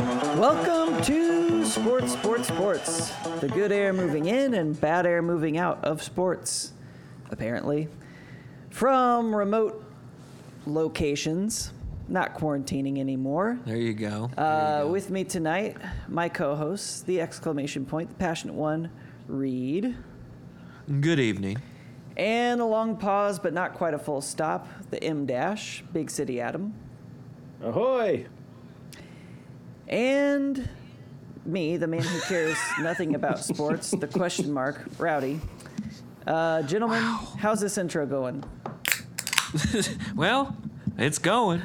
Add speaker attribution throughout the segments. Speaker 1: Welcome to Sports, Sports, Sports. The good air moving in and bad air moving out of sports, apparently. From remote locations, not quarantining anymore.
Speaker 2: There you go.
Speaker 1: Uh, with me tonight, my co host, the exclamation point, the passionate one, Reed.
Speaker 2: Good evening.
Speaker 1: And a long pause, but not quite a full stop, the M dash, Big City Adam.
Speaker 3: Ahoy!
Speaker 1: And me, the man who cares nothing about sports, the question mark, Rowdy. Uh, gentlemen, how's this intro going?
Speaker 2: Well, it's going.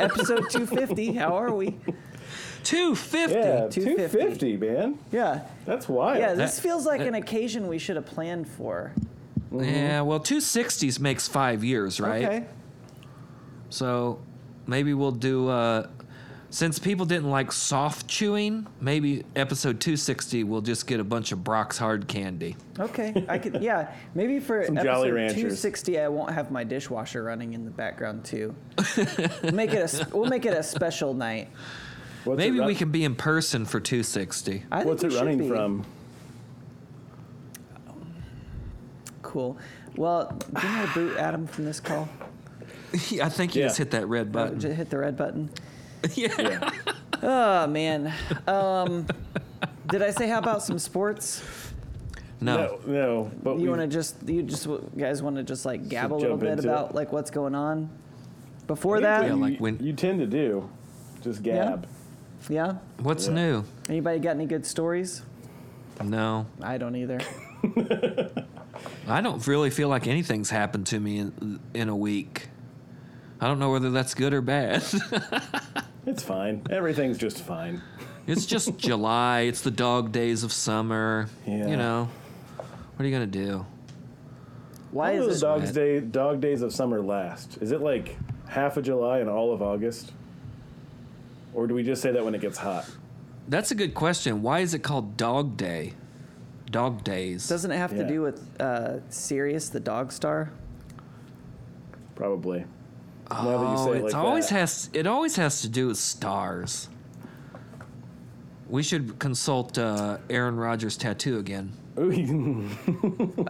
Speaker 1: Episode 250, how are we?
Speaker 2: 250.
Speaker 3: Yeah,
Speaker 1: 250.
Speaker 3: 250, man.
Speaker 1: Yeah.
Speaker 3: That's wild.
Speaker 1: Yeah, this
Speaker 2: That-
Speaker 1: feels like
Speaker 2: that-
Speaker 1: an occasion we should have planned for.
Speaker 2: Yeah, well, 260s makes five years, right?
Speaker 1: Okay.
Speaker 2: So maybe we'll do, uh, since people didn't like soft chewing, maybe episode 260 we'll just get a bunch of Brock's hard candy.
Speaker 1: Okay. I could, yeah. Maybe for
Speaker 3: Some
Speaker 1: episode
Speaker 3: Jolly Ranchers.
Speaker 1: 260, I won't have my dishwasher running in the background, too. we'll, make it a, s- we'll make it a special night.
Speaker 3: What's it
Speaker 2: Maybe
Speaker 3: run-
Speaker 2: we can be in person for 260.
Speaker 1: I think
Speaker 3: What's
Speaker 1: we
Speaker 3: it
Speaker 1: should
Speaker 3: running
Speaker 1: be.
Speaker 3: from?
Speaker 1: Cool. Well, do you want to boot Adam from this call?
Speaker 2: I think you
Speaker 3: Yeah.
Speaker 2: just hit that red
Speaker 1: Uh,
Speaker 2: button.
Speaker 1: Just hit the red button.
Speaker 2: yeah.
Speaker 3: Yeah.
Speaker 1: Oh man. Um, did I say how about some sports?
Speaker 2: No.
Speaker 3: no, no. But we,
Speaker 1: You want to just you just you guys want to just like gab a little
Speaker 3: jump
Speaker 1: bit
Speaker 3: into
Speaker 1: about
Speaker 3: it.
Speaker 1: like what's going on before
Speaker 3: I think
Speaker 1: that?
Speaker 3: what
Speaker 2: Yeah,
Speaker 3: you,
Speaker 2: like when-
Speaker 3: you tend to do, just
Speaker 1: Yeah.
Speaker 3: gab.
Speaker 1: Yeah.
Speaker 2: What's
Speaker 3: Yeah.
Speaker 2: new?
Speaker 1: Anybody got any good stories?
Speaker 2: No.
Speaker 1: I don't either.
Speaker 2: I don't really feel like anything's happened to me in, in a week. I don't know whether that's good or bad.
Speaker 3: It's fine. Everything's just fine.
Speaker 2: it's just July. It's the dog days of summer.
Speaker 3: Yeah.
Speaker 2: You know, what are you gonna do?
Speaker 1: Why
Speaker 3: How do
Speaker 1: is
Speaker 3: those
Speaker 1: it?
Speaker 3: dogs
Speaker 2: wet?
Speaker 3: day dog days of summer last? Is it like half of July and all of August? Or do we just say that when it gets hot?
Speaker 2: That's a good question. Why is it called Dog Day? Dog days.
Speaker 1: Doesn't it have to
Speaker 3: Yeah.
Speaker 1: do with uh, Sirius the dog star?
Speaker 3: Probably. now that you
Speaker 2: oh,
Speaker 3: say it
Speaker 2: it's
Speaker 3: like
Speaker 2: always
Speaker 3: that.
Speaker 2: has. It always has to do with stars. We should consult uh, Aaron Rodgers' tattoo again.
Speaker 3: Ooh,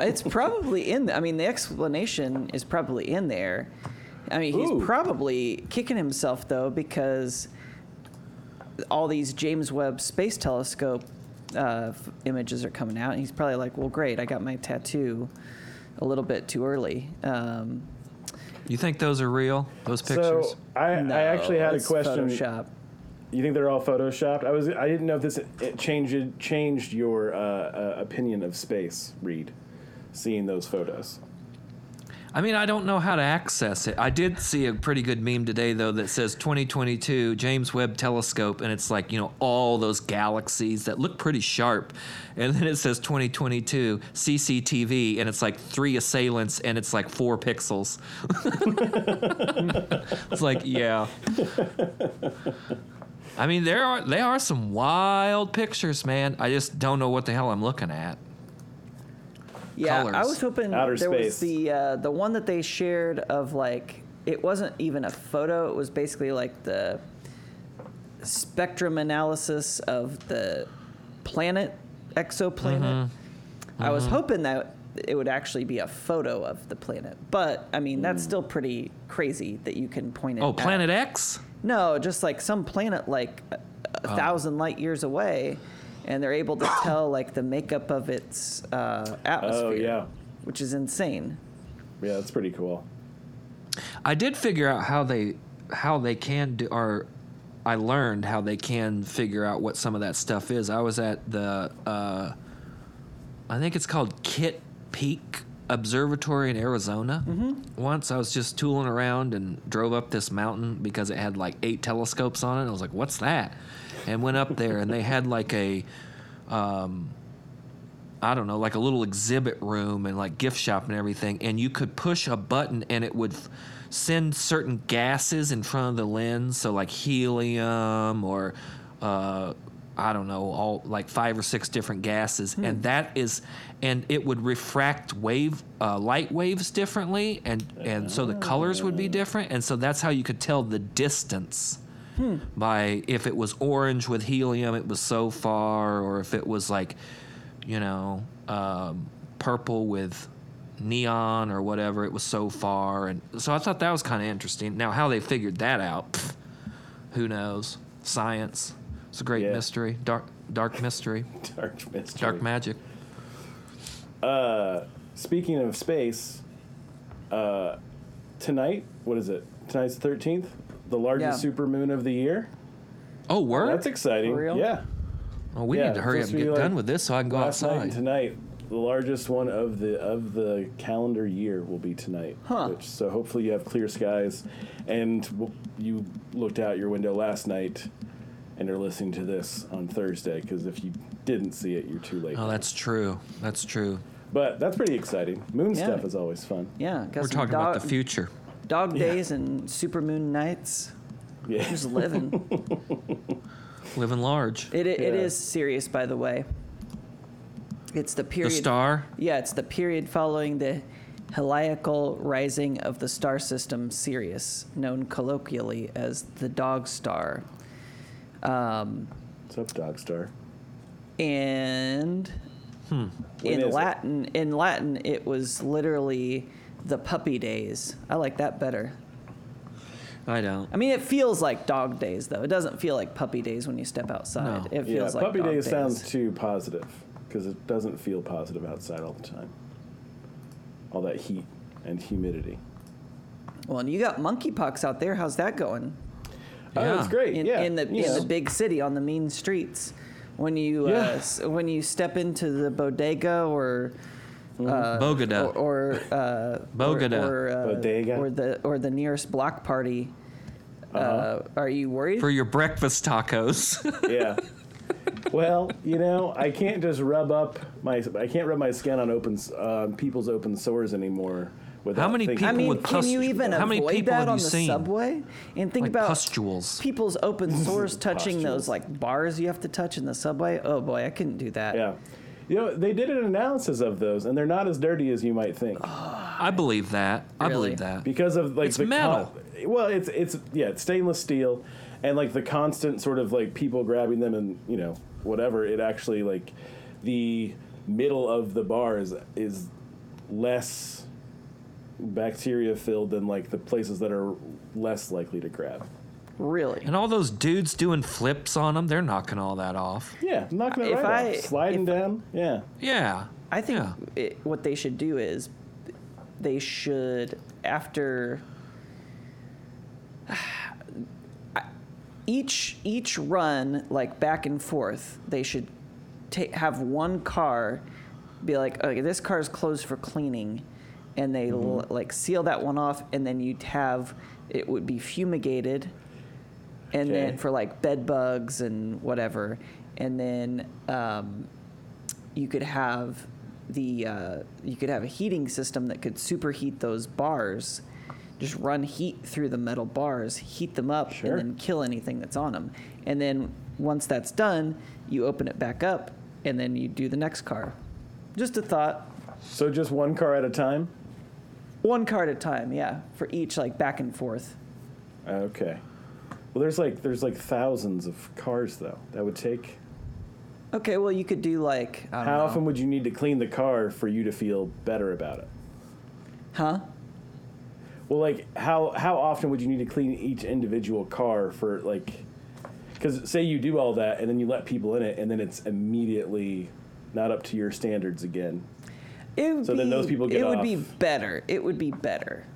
Speaker 1: it's probably in. The, I mean, the explanation is probably in there. I mean, he's
Speaker 3: Ooh.
Speaker 1: probably kicking himself though because all these James Webb Space Telescope uh, f- images are coming out, and he's probably like, "Well, great, I got my tattoo a little bit too early." Um,
Speaker 2: You think those are real? Those pictures?
Speaker 3: So I, I actually had a
Speaker 1: it's
Speaker 3: question.
Speaker 1: Photoshop.
Speaker 3: You think they're all photoshopped? I was I didn't know if this it changed changed your uh, uh, opinion of space, Reed, seeing those photos.
Speaker 2: I mean, I don't know how to access it. I did see a pretty good meme today, though, that says 2022 James Webb Telescope, and it's like, you know, all those galaxies that look pretty sharp. And then it says 2022 CCTV, and it's like three assailants, and it's like four pixels. it's like, yeah. I mean, there are there are some wild pictures, man. I just don't know what the hell I'm looking at.
Speaker 1: Yeah, I
Speaker 2: colors.
Speaker 1: was hoping
Speaker 3: Outer
Speaker 1: there was
Speaker 3: space.
Speaker 1: the uh, the one that they shared of like it wasn't even a photo. It was basically like the spectrum analysis of the planet exoplanet.
Speaker 2: Mm-hmm.
Speaker 1: I was hoping that it would actually be a photo of the planet, but I mean that's still pretty crazy that you can point it.
Speaker 2: Mm. Oh,
Speaker 1: out.
Speaker 2: Planet X?
Speaker 1: No, just like some planet like a, a thousand light years away, and they're able to tell like the makeup of its uh, atmosphere.
Speaker 3: Oh yeah,
Speaker 1: Which is insane.
Speaker 3: yeah, that's pretty cool.
Speaker 2: I did figure out how they how they can do or I learned how they can figure out what some of that stuff is. I was at the uh, I think it's called Kit Peak Observatory in Arizona. Once I was just tooling around and drove up this mountain because it had like eight telescopes on it. I was like, "What's that?" And went up there and they had like a I don't know, like a little exhibit room and like gift shop and everything, and you could push a button and it would f- send certain gases in front of the lens, so like helium or uh, I don't know, all like five or six different gases, and that is, and it would refract wave uh, light waves differently, and and so the colors would be different, and so that's how you could tell the distance by if it was orange with helium, it was so far, or if it was like, you know, um, purple with neon or whatever, it was so far. And so I thought that was kind of interesting. Now, how they figured that out, pff, who knows? Science. It's a great
Speaker 3: Yeah.
Speaker 2: mystery, dark, dark mystery,
Speaker 3: Dark mystery.
Speaker 2: dark magic.
Speaker 3: Speaking of space, uh, tonight, what is it? Tonight's the 13th, the largest
Speaker 1: Yeah.
Speaker 3: supermoon of the year.
Speaker 2: Oh, word!
Speaker 3: That's exciting.
Speaker 1: For real?
Speaker 3: Yeah.
Speaker 2: well, we
Speaker 3: yeah,
Speaker 2: need to hurry up
Speaker 3: supposed
Speaker 2: and
Speaker 3: to
Speaker 2: get
Speaker 3: be like
Speaker 2: done with this so I can go
Speaker 3: Last night
Speaker 2: outside.
Speaker 3: and tonight, the largest one of the of the calendar year will be tonight.
Speaker 1: Huh.
Speaker 3: Which, so hopefully you have clear skies, and w- you looked out your window last night, and are listening to this on Thursday. Because if you didn't see it, you're too late.
Speaker 2: Oh, that's true. That's true.
Speaker 3: But that's pretty exciting. Moon
Speaker 1: Yeah.
Speaker 3: stuff is always fun.
Speaker 1: Yeah, got
Speaker 2: We're
Speaker 1: some
Speaker 2: talking about the
Speaker 1: dog-
Speaker 2: future.
Speaker 1: Dog days and supermoon nights.
Speaker 3: Yeah.
Speaker 1: Just living.
Speaker 2: Living large.
Speaker 1: it, it, it
Speaker 3: Yeah.
Speaker 1: is serious, by the way. It's the
Speaker 2: The
Speaker 1: period.
Speaker 2: star.
Speaker 1: Yeah, it's the period following the heliacal rising of the star system Sirius, known colloquially as the dog star. Um,
Speaker 3: What's up, Dog Star?
Speaker 1: and
Speaker 3: When is
Speaker 1: in
Speaker 3: it?
Speaker 1: Latin, in Latin, it was literally the puppy days. I like that better.
Speaker 2: I don't.
Speaker 1: I mean, it feels like dog days, though. It doesn't feel like puppy days when you step outside.
Speaker 2: No.
Speaker 1: It feels
Speaker 3: yeah,
Speaker 1: like
Speaker 3: puppy
Speaker 1: dog
Speaker 3: day
Speaker 1: days.
Speaker 3: sounds too positive because it doesn't feel positive outside all the time. All that heat and humidity.
Speaker 1: Well, and you got monkeypox out there. How's that going?
Speaker 3: Oh,
Speaker 2: Yeah.
Speaker 3: it's great.
Speaker 1: in,
Speaker 3: yeah,
Speaker 1: in the
Speaker 3: you
Speaker 1: in the
Speaker 3: know.
Speaker 1: big city on the mean streets when you
Speaker 3: Yeah.
Speaker 1: uh, s- when you step into the bodega or uh,
Speaker 2: Bogota.
Speaker 1: or, or uh,
Speaker 2: Bogota.
Speaker 1: or, or, uh,
Speaker 3: Bodega.
Speaker 1: or the or the nearest block party. uh
Speaker 3: Uh-huh.
Speaker 1: are you worried?
Speaker 2: For your breakfast tacos.
Speaker 3: yeah. Well, you know, I can't just rub up my I can't rub my skin on open s- um, people's open sores anymore. Without
Speaker 2: How many
Speaker 3: thinking-
Speaker 1: I
Speaker 2: people
Speaker 1: mean,
Speaker 2: with
Speaker 1: can you
Speaker 2: pustule-
Speaker 1: even
Speaker 2: how
Speaker 1: avoid
Speaker 2: many people
Speaker 1: that
Speaker 2: have
Speaker 1: on
Speaker 2: you
Speaker 1: the
Speaker 2: seen?
Speaker 1: subway? And think
Speaker 2: Like
Speaker 1: about
Speaker 2: pustules.
Speaker 1: people's open sores touching
Speaker 3: Pustules.
Speaker 1: those like bars you have to touch in the subway. Oh boy, I couldn't do that.
Speaker 3: Yeah. You know, they did an analysis of those, and they're not as dirty as you might think
Speaker 2: I believe that. I
Speaker 1: Really?
Speaker 2: believe that.
Speaker 3: because of like
Speaker 2: It's
Speaker 3: the
Speaker 2: metal.
Speaker 3: con- well, it's it's yeah, it's stainless steel, and like the constant sort of like people grabbing them and you know whatever. It actually like the middle of the bar is is less bacteria filled than like the places that are less likely to grab.
Speaker 1: Really.
Speaker 2: And all those dudes doing flips on them, they're knocking all that off.
Speaker 3: Yeah, knocking it
Speaker 1: If
Speaker 3: right
Speaker 1: I-
Speaker 3: off, sliding
Speaker 1: if-
Speaker 3: down. Yeah,
Speaker 2: Yeah.
Speaker 1: I think
Speaker 2: Yeah.
Speaker 1: it, what they should do is they should after I- each each run like back and forth they should ta- have one car be like okay this car is closed for cleaning and they l- like seal that one off and then you'd have it would be fumigated and
Speaker 3: Okay.
Speaker 1: then for like bed bugs and whatever and then um, you could have the uh, you could have a heating system that could superheat those bars just run heat through the metal bars heat them up
Speaker 3: Sure.
Speaker 1: and then kill anything that's on them and then once that's done you open it back up and then you do the next car just a thought
Speaker 3: so just one car at a time.
Speaker 1: one car at a time yeah for each like back and forth
Speaker 3: Okay. Well, there's like there's like thousands of cars though. That would take.
Speaker 1: okay well you could do like I don't
Speaker 3: How
Speaker 1: know.
Speaker 3: often would you need to clean the car for you to feel better about it?
Speaker 1: huh
Speaker 3: Well, like how how often would you need to clean each individual car for like? Because say you do all that and then you let people in it and then it's immediately not up to your standards again.
Speaker 1: it would
Speaker 3: So then
Speaker 1: be-
Speaker 3: those people get
Speaker 1: it would be
Speaker 3: off.
Speaker 1: better it would be better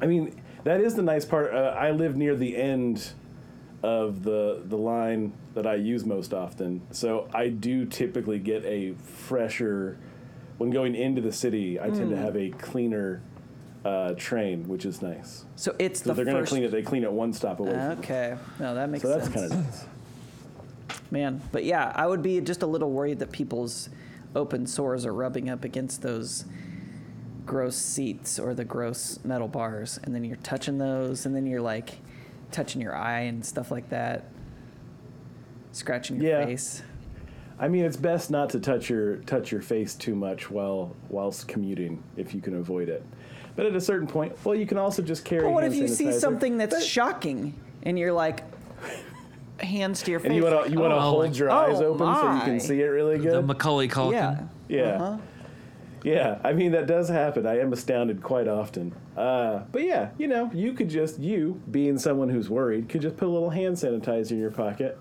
Speaker 3: I mean, that is the nice part. Uh, I live near the end of the the line that I use most often, so I do typically get a fresher when going into the city. I
Speaker 1: Hmm.
Speaker 3: tend to have a cleaner uh, train, which is nice.
Speaker 1: so it's
Speaker 3: So
Speaker 1: the
Speaker 3: they're going to
Speaker 1: first
Speaker 3: clean it. They clean it one stop away. from
Speaker 1: okay no that makes
Speaker 3: so that's
Speaker 1: sense
Speaker 3: kind of nice.
Speaker 1: Man, but yeah, I would be just a little worried that people's open sores are rubbing up against those gross seats or the gross metal bars, and then you're touching those, and then you're like touching your eye and stuff like that, scratching your
Speaker 3: Yeah.
Speaker 1: face.
Speaker 3: I mean, it's best not to touch your touch your face too much while whilst commuting if you can avoid it. But at a certain point, well, you can also just carry.
Speaker 1: But what if
Speaker 3: hand
Speaker 1: you see
Speaker 3: sanitizer.
Speaker 1: something that's
Speaker 3: But-
Speaker 1: shocking? and you're like hands to your face.
Speaker 3: And you want to you want to
Speaker 2: Oh,
Speaker 3: hold
Speaker 2: like-
Speaker 3: your
Speaker 1: oh
Speaker 3: eyes open so you
Speaker 1: my.
Speaker 3: can see it really
Speaker 2: The
Speaker 3: good.
Speaker 2: Macaulay Culkin.
Speaker 1: yeah. Uh-huh.
Speaker 3: yeah, yeah. I mean that does happen. I am astounded quite often. Uh, but yeah, you know, you could just you being someone who's worried could just put a little hand sanitizer in your pocket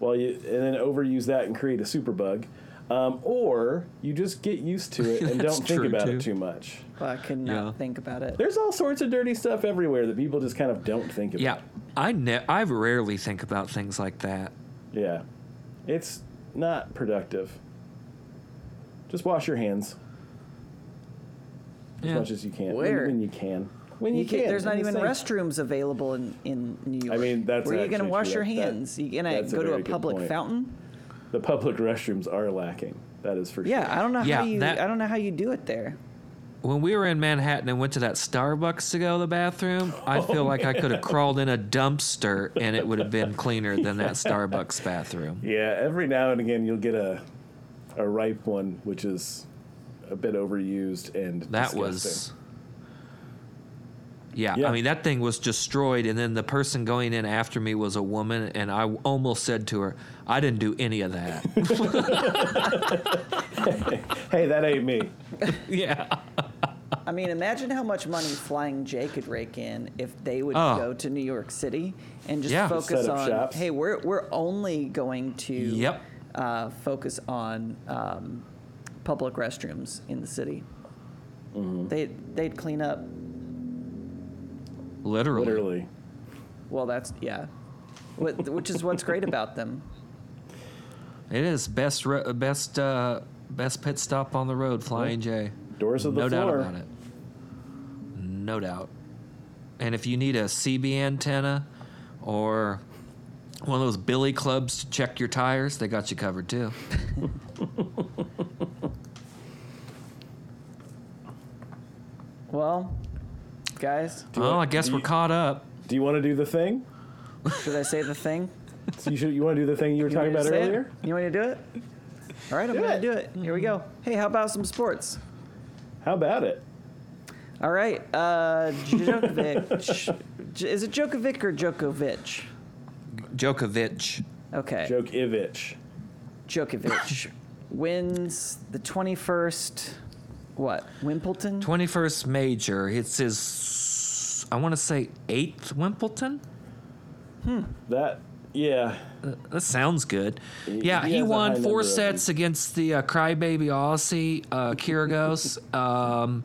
Speaker 3: while you and then overuse that and create a super bug. Um, or you just get used to it and
Speaker 2: That's
Speaker 3: don't think
Speaker 2: true,
Speaker 3: about
Speaker 2: too.
Speaker 3: it too much.
Speaker 1: I could not
Speaker 2: Yeah.
Speaker 1: think about it.
Speaker 3: There's all sorts of dirty stuff everywhere that people just kind of don't think about.
Speaker 2: Yeah. I ne- I rarely think about things like that.
Speaker 3: Yeah. It's not productive. Just wash your hands as
Speaker 2: Yeah.
Speaker 3: much as you can. When-
Speaker 1: Where?
Speaker 3: When, you can. When you,
Speaker 1: You
Speaker 3: can.
Speaker 1: can't, there's not
Speaker 3: I'm just
Speaker 1: even
Speaker 3: saying.
Speaker 1: restrooms available in, in New York.
Speaker 3: I mean, that's
Speaker 1: where are you going to
Speaker 3: actually
Speaker 1: wash
Speaker 3: true.
Speaker 1: your
Speaker 3: That- that-
Speaker 1: hands? you going to
Speaker 3: that's a
Speaker 1: go to a
Speaker 3: very good
Speaker 1: public
Speaker 3: point.
Speaker 1: fountain?
Speaker 3: The public restrooms are lacking. That is for
Speaker 1: Yeah, I
Speaker 3: sure.
Speaker 1: don't know
Speaker 2: Yeah,
Speaker 1: how you.
Speaker 2: that-
Speaker 1: I don't know how you do it there.
Speaker 2: When we were in Manhattan and went to that Starbucks to go to the bathroom, I feel like I could have crawled in a dumpster and it would have been cleaner than that Starbucks bathroom.
Speaker 3: Yeah. Every now and again, you'll get a a ripe one, which is a bit overused and
Speaker 2: That
Speaker 3: disgusting.
Speaker 2: was. Yeah,
Speaker 3: Yeah.
Speaker 2: I mean that thing was destroyed, and then the person going in after me was a woman, and I almost said to her, "I didn't do any of that."
Speaker 3: Hey, that ain't me.
Speaker 2: yeah,
Speaker 1: I mean, imagine how much money Flying J could rake in if they would
Speaker 2: Oh.
Speaker 1: go to New York City and just
Speaker 2: Yeah. Just
Speaker 1: focus
Speaker 3: set up
Speaker 1: on.
Speaker 3: shops.
Speaker 1: Hey, we're we're only going to
Speaker 2: Yep.
Speaker 1: uh, focus on um, public restrooms in the city.
Speaker 3: Mm-hmm.
Speaker 1: They they'd clean up.
Speaker 2: literally.
Speaker 3: Literally.
Speaker 1: Well, that's yeah, What- which is what's great about them.
Speaker 2: it is best ro- best uh, best pit stop on the road, Flying J.
Speaker 3: Doors of the
Speaker 2: no
Speaker 3: floor.
Speaker 2: doubt about it. No doubt. And if you need a CB antenna or one of those billy clubs to check your tires, they got you covered too.
Speaker 1: Well, guys,
Speaker 3: you
Speaker 2: well, I
Speaker 3: want-
Speaker 2: guess
Speaker 3: do
Speaker 2: we're
Speaker 3: you-
Speaker 2: caught up.
Speaker 3: Do you want to do the thing?
Speaker 1: should I say the thing?
Speaker 3: So you should, you want to do the thing you were
Speaker 1: You
Speaker 3: talking
Speaker 1: want me
Speaker 3: about
Speaker 1: to say it?
Speaker 3: earlier?
Speaker 1: You want me to do it? All right, I'm
Speaker 3: Do
Speaker 1: going to
Speaker 3: it.
Speaker 1: do it. Here we go. Hey, how about some sports?
Speaker 3: How about it?
Speaker 1: All right, uh, Djokovic. J- Is it Djokovic or Djokovic?
Speaker 2: Djokovic.
Speaker 1: Okay,
Speaker 3: Joke Ivich.
Speaker 1: Djokovic wins the 21st. What? Wimbledon?
Speaker 2: 21st major. It's his, I want to say, eighth Wimbledon?
Speaker 3: That, yeah.
Speaker 2: That sounds good. Yeah,
Speaker 3: he
Speaker 2: he
Speaker 3: has a high
Speaker 2: won
Speaker 3: number
Speaker 2: four
Speaker 3: of
Speaker 2: sets against the uh, crybaby Aussie uh, Kyrgios. um,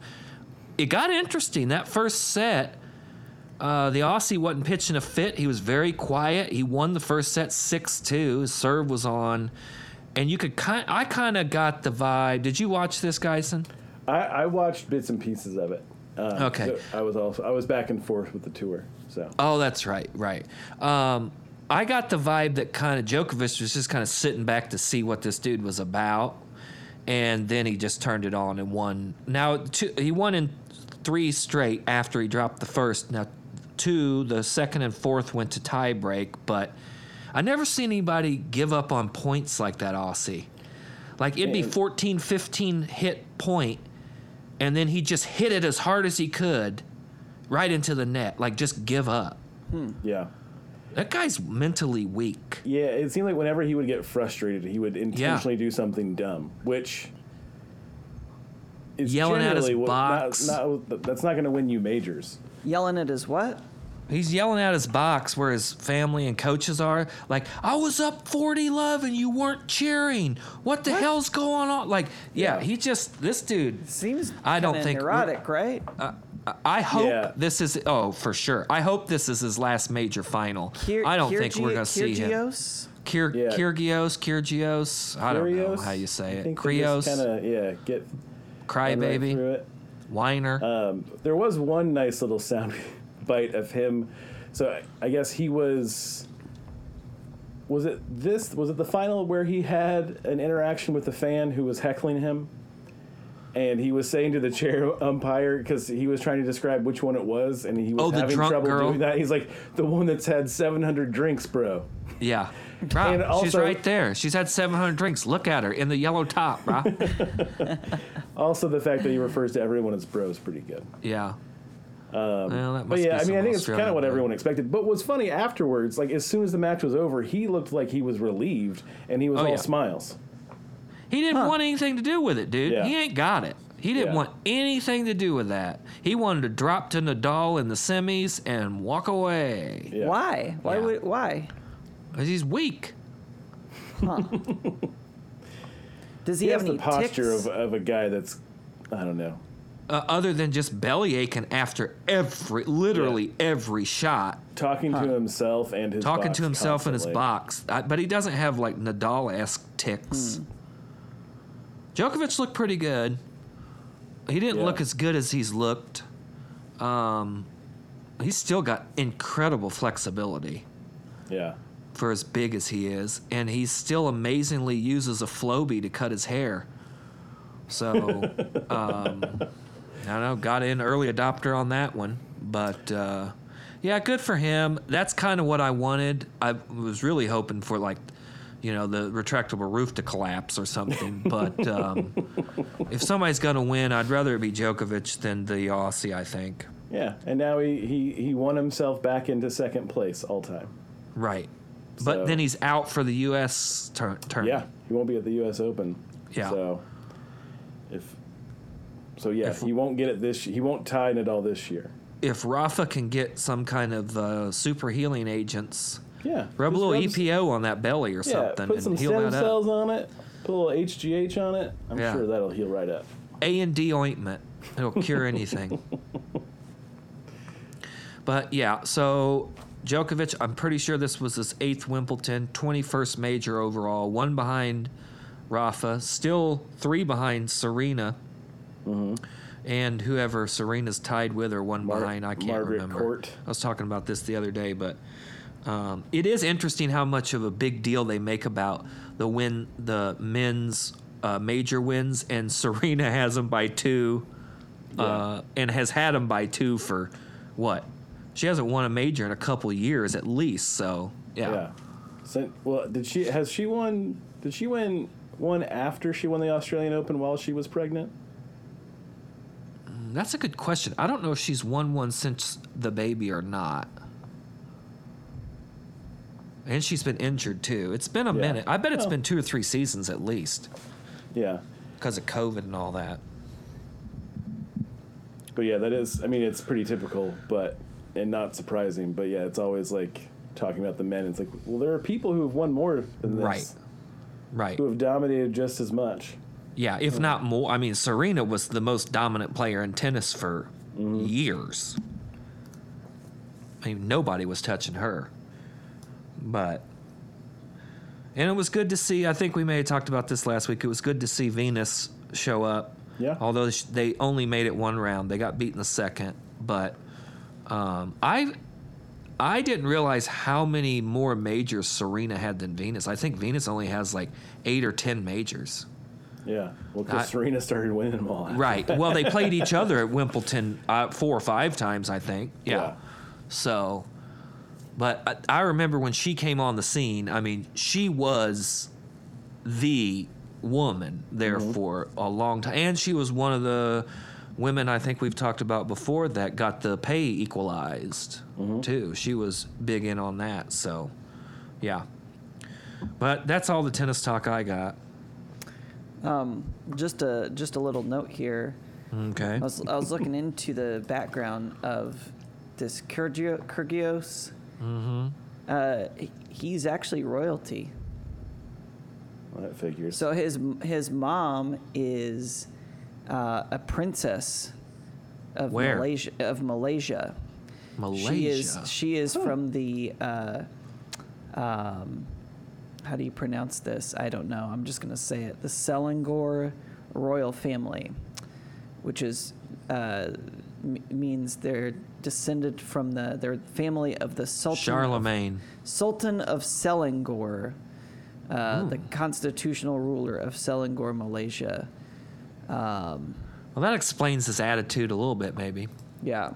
Speaker 2: it got interesting that first set. Uh, the Aussie wasn't pitching a fit. He was very quiet. He won the first set six two. His serve was on, and you could kind. I kind of got the vibe. Did you watch this, Geisen?
Speaker 3: I, I watched bits and pieces of it. Um,
Speaker 2: Okay.
Speaker 3: so I was also I was back and forth with the tour. So
Speaker 2: Oh, that's right, right. Um, I got the vibe that kind of Djokovic was just kind of sitting back to see what this dude was about, and then he just turned it on and won. Now two, he won in three straight after he dropped the first. Now two, the second and fourth went to tiebreak, but I never seen anybody give up on points like that, Aussie. Like it'd be
Speaker 3: Man.
Speaker 2: 14, 15 hit point, and then he just hit it as hard as he could, right into the net. Like just give up.
Speaker 3: yeah,
Speaker 2: That guy's mentally weak.
Speaker 3: yeah. It seemed like whenever he would get frustrated, he would intentionally do something dumb, which is
Speaker 2: Yelling at his
Speaker 3: generally what- not-
Speaker 2: box.
Speaker 3: not- that's not going to win you majors.
Speaker 1: Yelling at his what?
Speaker 2: He's yelling at his box where his family and coaches are. Like, I was up 40 love and you weren't cheering. What the hell's going on? Like, yeah,
Speaker 3: Yeah.
Speaker 2: he just, this dude,
Speaker 1: Seems
Speaker 2: I don't
Speaker 1: kinda
Speaker 2: think-
Speaker 1: neurotic, right?
Speaker 2: I- I hope
Speaker 3: Yeah.
Speaker 2: this is, oh, for sure. I hope this is his last major final.
Speaker 1: Kyr-
Speaker 2: I don't think
Speaker 1: Kyrgi-
Speaker 2: we're going to see him.
Speaker 1: Kyrgios?
Speaker 2: Kyr-
Speaker 3: Yeah.
Speaker 2: Kyrgios, Kyrgios, I don't know how you say it.
Speaker 3: kind
Speaker 2: Krios,
Speaker 3: of yeah, get right
Speaker 2: Crybaby,
Speaker 3: through it.
Speaker 2: Whiner.
Speaker 3: Um, there was one nice little sound bite of him. So I, I guess he was. Was it this? Was it the final where he had an interaction with a fan who was heckling him? And he was saying to the chair umpire because he was trying to describe which one it was, and he was
Speaker 2: Oh, the
Speaker 3: having
Speaker 2: drunk
Speaker 3: trouble
Speaker 2: girl.
Speaker 3: doing that. He's like, "The one that's had 700 drinks, bro."
Speaker 2: Yeah. Rob,
Speaker 3: And
Speaker 2: she's
Speaker 3: also-
Speaker 2: right there. She's had 700 drinks. Look at her in the yellow top, Rob.
Speaker 3: Also, the fact that he refers to everyone as bro is pretty good.
Speaker 2: yeah. well, that must
Speaker 3: Um, But
Speaker 2: be
Speaker 3: yeah, I
Speaker 2: some
Speaker 3: mean, I think it's kind
Speaker 2: Australian
Speaker 3: of what
Speaker 2: thing.
Speaker 3: everyone expected. But what's funny afterwards, like as soon as the match was over, he looked like he was relieved and he was
Speaker 2: Oh,
Speaker 3: all
Speaker 2: yeah.
Speaker 3: smiles.
Speaker 2: He didn't want anything to do with it, dude.
Speaker 3: Yeah.
Speaker 2: He ain't got it. He didn't
Speaker 3: Yeah.
Speaker 2: want anything to do with that. He wanted to drop to Nadal in the semis and walk away.
Speaker 3: Yeah.
Speaker 1: Why? Why
Speaker 2: Yeah.
Speaker 1: would why?
Speaker 2: 'Cause he's weak.
Speaker 1: Does he,
Speaker 3: He
Speaker 1: have
Speaker 3: has
Speaker 1: any
Speaker 3: the posture
Speaker 1: tics?
Speaker 3: of, of a guy that's, I don't know.
Speaker 2: Uh, other than just belly aching after every, literally every shot,
Speaker 3: Talking to himself and his
Speaker 2: talking
Speaker 3: box
Speaker 2: to himself in his
Speaker 3: constantly.
Speaker 2: box. I, but he doesn't have like Nadal esque ticks.
Speaker 3: Hmm.
Speaker 2: Djokovic looked pretty good. He didn't
Speaker 3: Yeah.
Speaker 2: look as good as he's looked. Um, he's still got incredible flexibility.
Speaker 3: Yeah.
Speaker 2: for as big as he is, and he still amazingly uses a Floby to cut his hair. So, um, I don't know, got in early adopter on that one, but uh, yeah, good for him. That's kind of what I wanted. I was really hoping for like, you know, the retractable roof to collapse or something. But um, if somebody's gonna win, I'd rather it be Djokovic than the Aussie. I think.
Speaker 3: Yeah. And now he, he, he won himself back into second place all time.
Speaker 2: Right. But
Speaker 3: So-
Speaker 2: then he's out for the U.S. Tur-
Speaker 3: Yeah.
Speaker 2: tournament.
Speaker 3: He won't be at the U.S. Open.
Speaker 2: Yeah.
Speaker 3: So if. So yeah,
Speaker 2: If-
Speaker 3: he won't get it this. He won't tie Nadal this year.
Speaker 2: if Rafa can get some kind of uh, super healing agents,
Speaker 3: Yeah.
Speaker 2: rub a
Speaker 3: Just
Speaker 2: little
Speaker 3: rub-
Speaker 2: EPO on that belly or
Speaker 3: Yeah,
Speaker 2: something
Speaker 3: put
Speaker 2: and
Speaker 3: some
Speaker 2: heal
Speaker 3: stem
Speaker 2: that up.
Speaker 3: cells on it. Put a little HGH on it. I'm
Speaker 2: Yeah.
Speaker 3: sure that'll heal right up.
Speaker 2: A and D ointment, it'll cure anything. But yeah, so Djokovic, I'm pretty sure this was his eighth Wimbledon, 21st major overall, one behind Rafa, still three behind Serena. And whoever Serena's tied with, or one
Speaker 3: Mm-hmm. Mar-
Speaker 2: behind, I can't
Speaker 3: Margaret
Speaker 2: remember.
Speaker 3: Court.
Speaker 2: I was talking about this the other day, but um, it is interesting how much of a big deal they make about the win, the men's uh, major wins, and Serena has them by two, uh, and has had them by two for what? She hasn't won a major in a couple years at least. So yeah,
Speaker 3: Yeah. So, well, did she? Has she won? Did she win one after she won the Australian Open while she was pregnant?
Speaker 2: that's a good question. I don't know if she's won one since the baby or not. And she's been injured too. It's been a
Speaker 3: Yeah.
Speaker 2: minute. I bet it's
Speaker 3: Well.
Speaker 2: been two or three seasons at least
Speaker 3: Yeah.
Speaker 2: because of COVID and all that.
Speaker 3: But yeah, that is. I mean, it's pretty typical, but and not surprising. But yeah, it's always like talking about the men. It's like, well, there are people who have won more than this,
Speaker 2: Right. Right.
Speaker 3: Who have dominated just as much.
Speaker 2: Yeah, if not more. I mean, Serena was the most dominant player in tennis for years. I mean, nobody was touching her. But, and it was good to see. I think we may have talked about this last week. It was good to see Venus show up.
Speaker 3: Yeah.
Speaker 2: Although sh- they only made it one round, they got beat in the second. But um, I, I didn't realize how many more majors Serena had than Venus. I think Venus only has like eight or ten majors.
Speaker 3: Yeah. Well,
Speaker 2: I-
Speaker 3: because Serena started winning them all.
Speaker 2: Right. Well, they played each other at Wimbledon uh, four or five times, I think. Yeah.
Speaker 3: Yeah.
Speaker 2: So, but I, I remember when she came on the scene. I mean, she was the woman there for a long time, and she was one of the women I think we've talked about before that got the pay equalized too. She was big in on that. So, yeah. But that's all the tennis talk I got.
Speaker 1: Just a just a little note here.
Speaker 2: Okay.
Speaker 1: I was, I was looking into the background of this Kyrgio, Kyrgios. Mm-hmm. Uh, he's actually royalty.
Speaker 3: That figures.
Speaker 1: So his his mom is uh, a princess of
Speaker 2: Where?
Speaker 1: Malaysia. Of Malaysia.
Speaker 2: Malaysia.
Speaker 1: She is she is from the. Uh, um, how do you pronounce this? I don't know. I'm just gonna say it. The Selangor royal family, which is uh, m- means they're descended from the their family of the Sultan. of
Speaker 2: Charlemagne.
Speaker 1: Sultan of Selangor, uh,
Speaker 2: Hmm.
Speaker 1: the constitutional ruler of Selangor, Malaysia. Um,
Speaker 2: Well, that explains his attitude a little bit, maybe.
Speaker 1: yeah.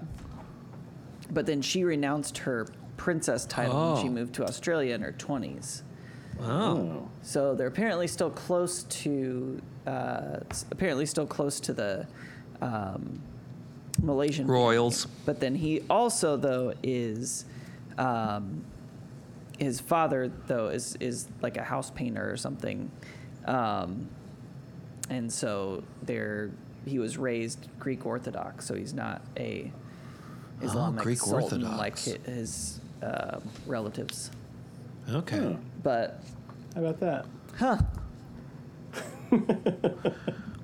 Speaker 1: But then she renounced her princess title when she
Speaker 2: Oh.
Speaker 1: moved to Australia in her 20s.
Speaker 2: Oh,
Speaker 3: Oh.
Speaker 1: So they're apparently still close to, uh, s- apparently still close to the um, Malaysian family.
Speaker 2: Royals.
Speaker 1: But then he also though is, um, his father though is is like a house painter or something, um, and so there he was raised Greek Orthodox, so he's not a Islamic
Speaker 2: Oh, Greek
Speaker 1: sultan like
Speaker 2: Orthodox.
Speaker 1: hi- his uh, relatives.
Speaker 2: Okay.
Speaker 1: But
Speaker 3: How about that?
Speaker 1: huh,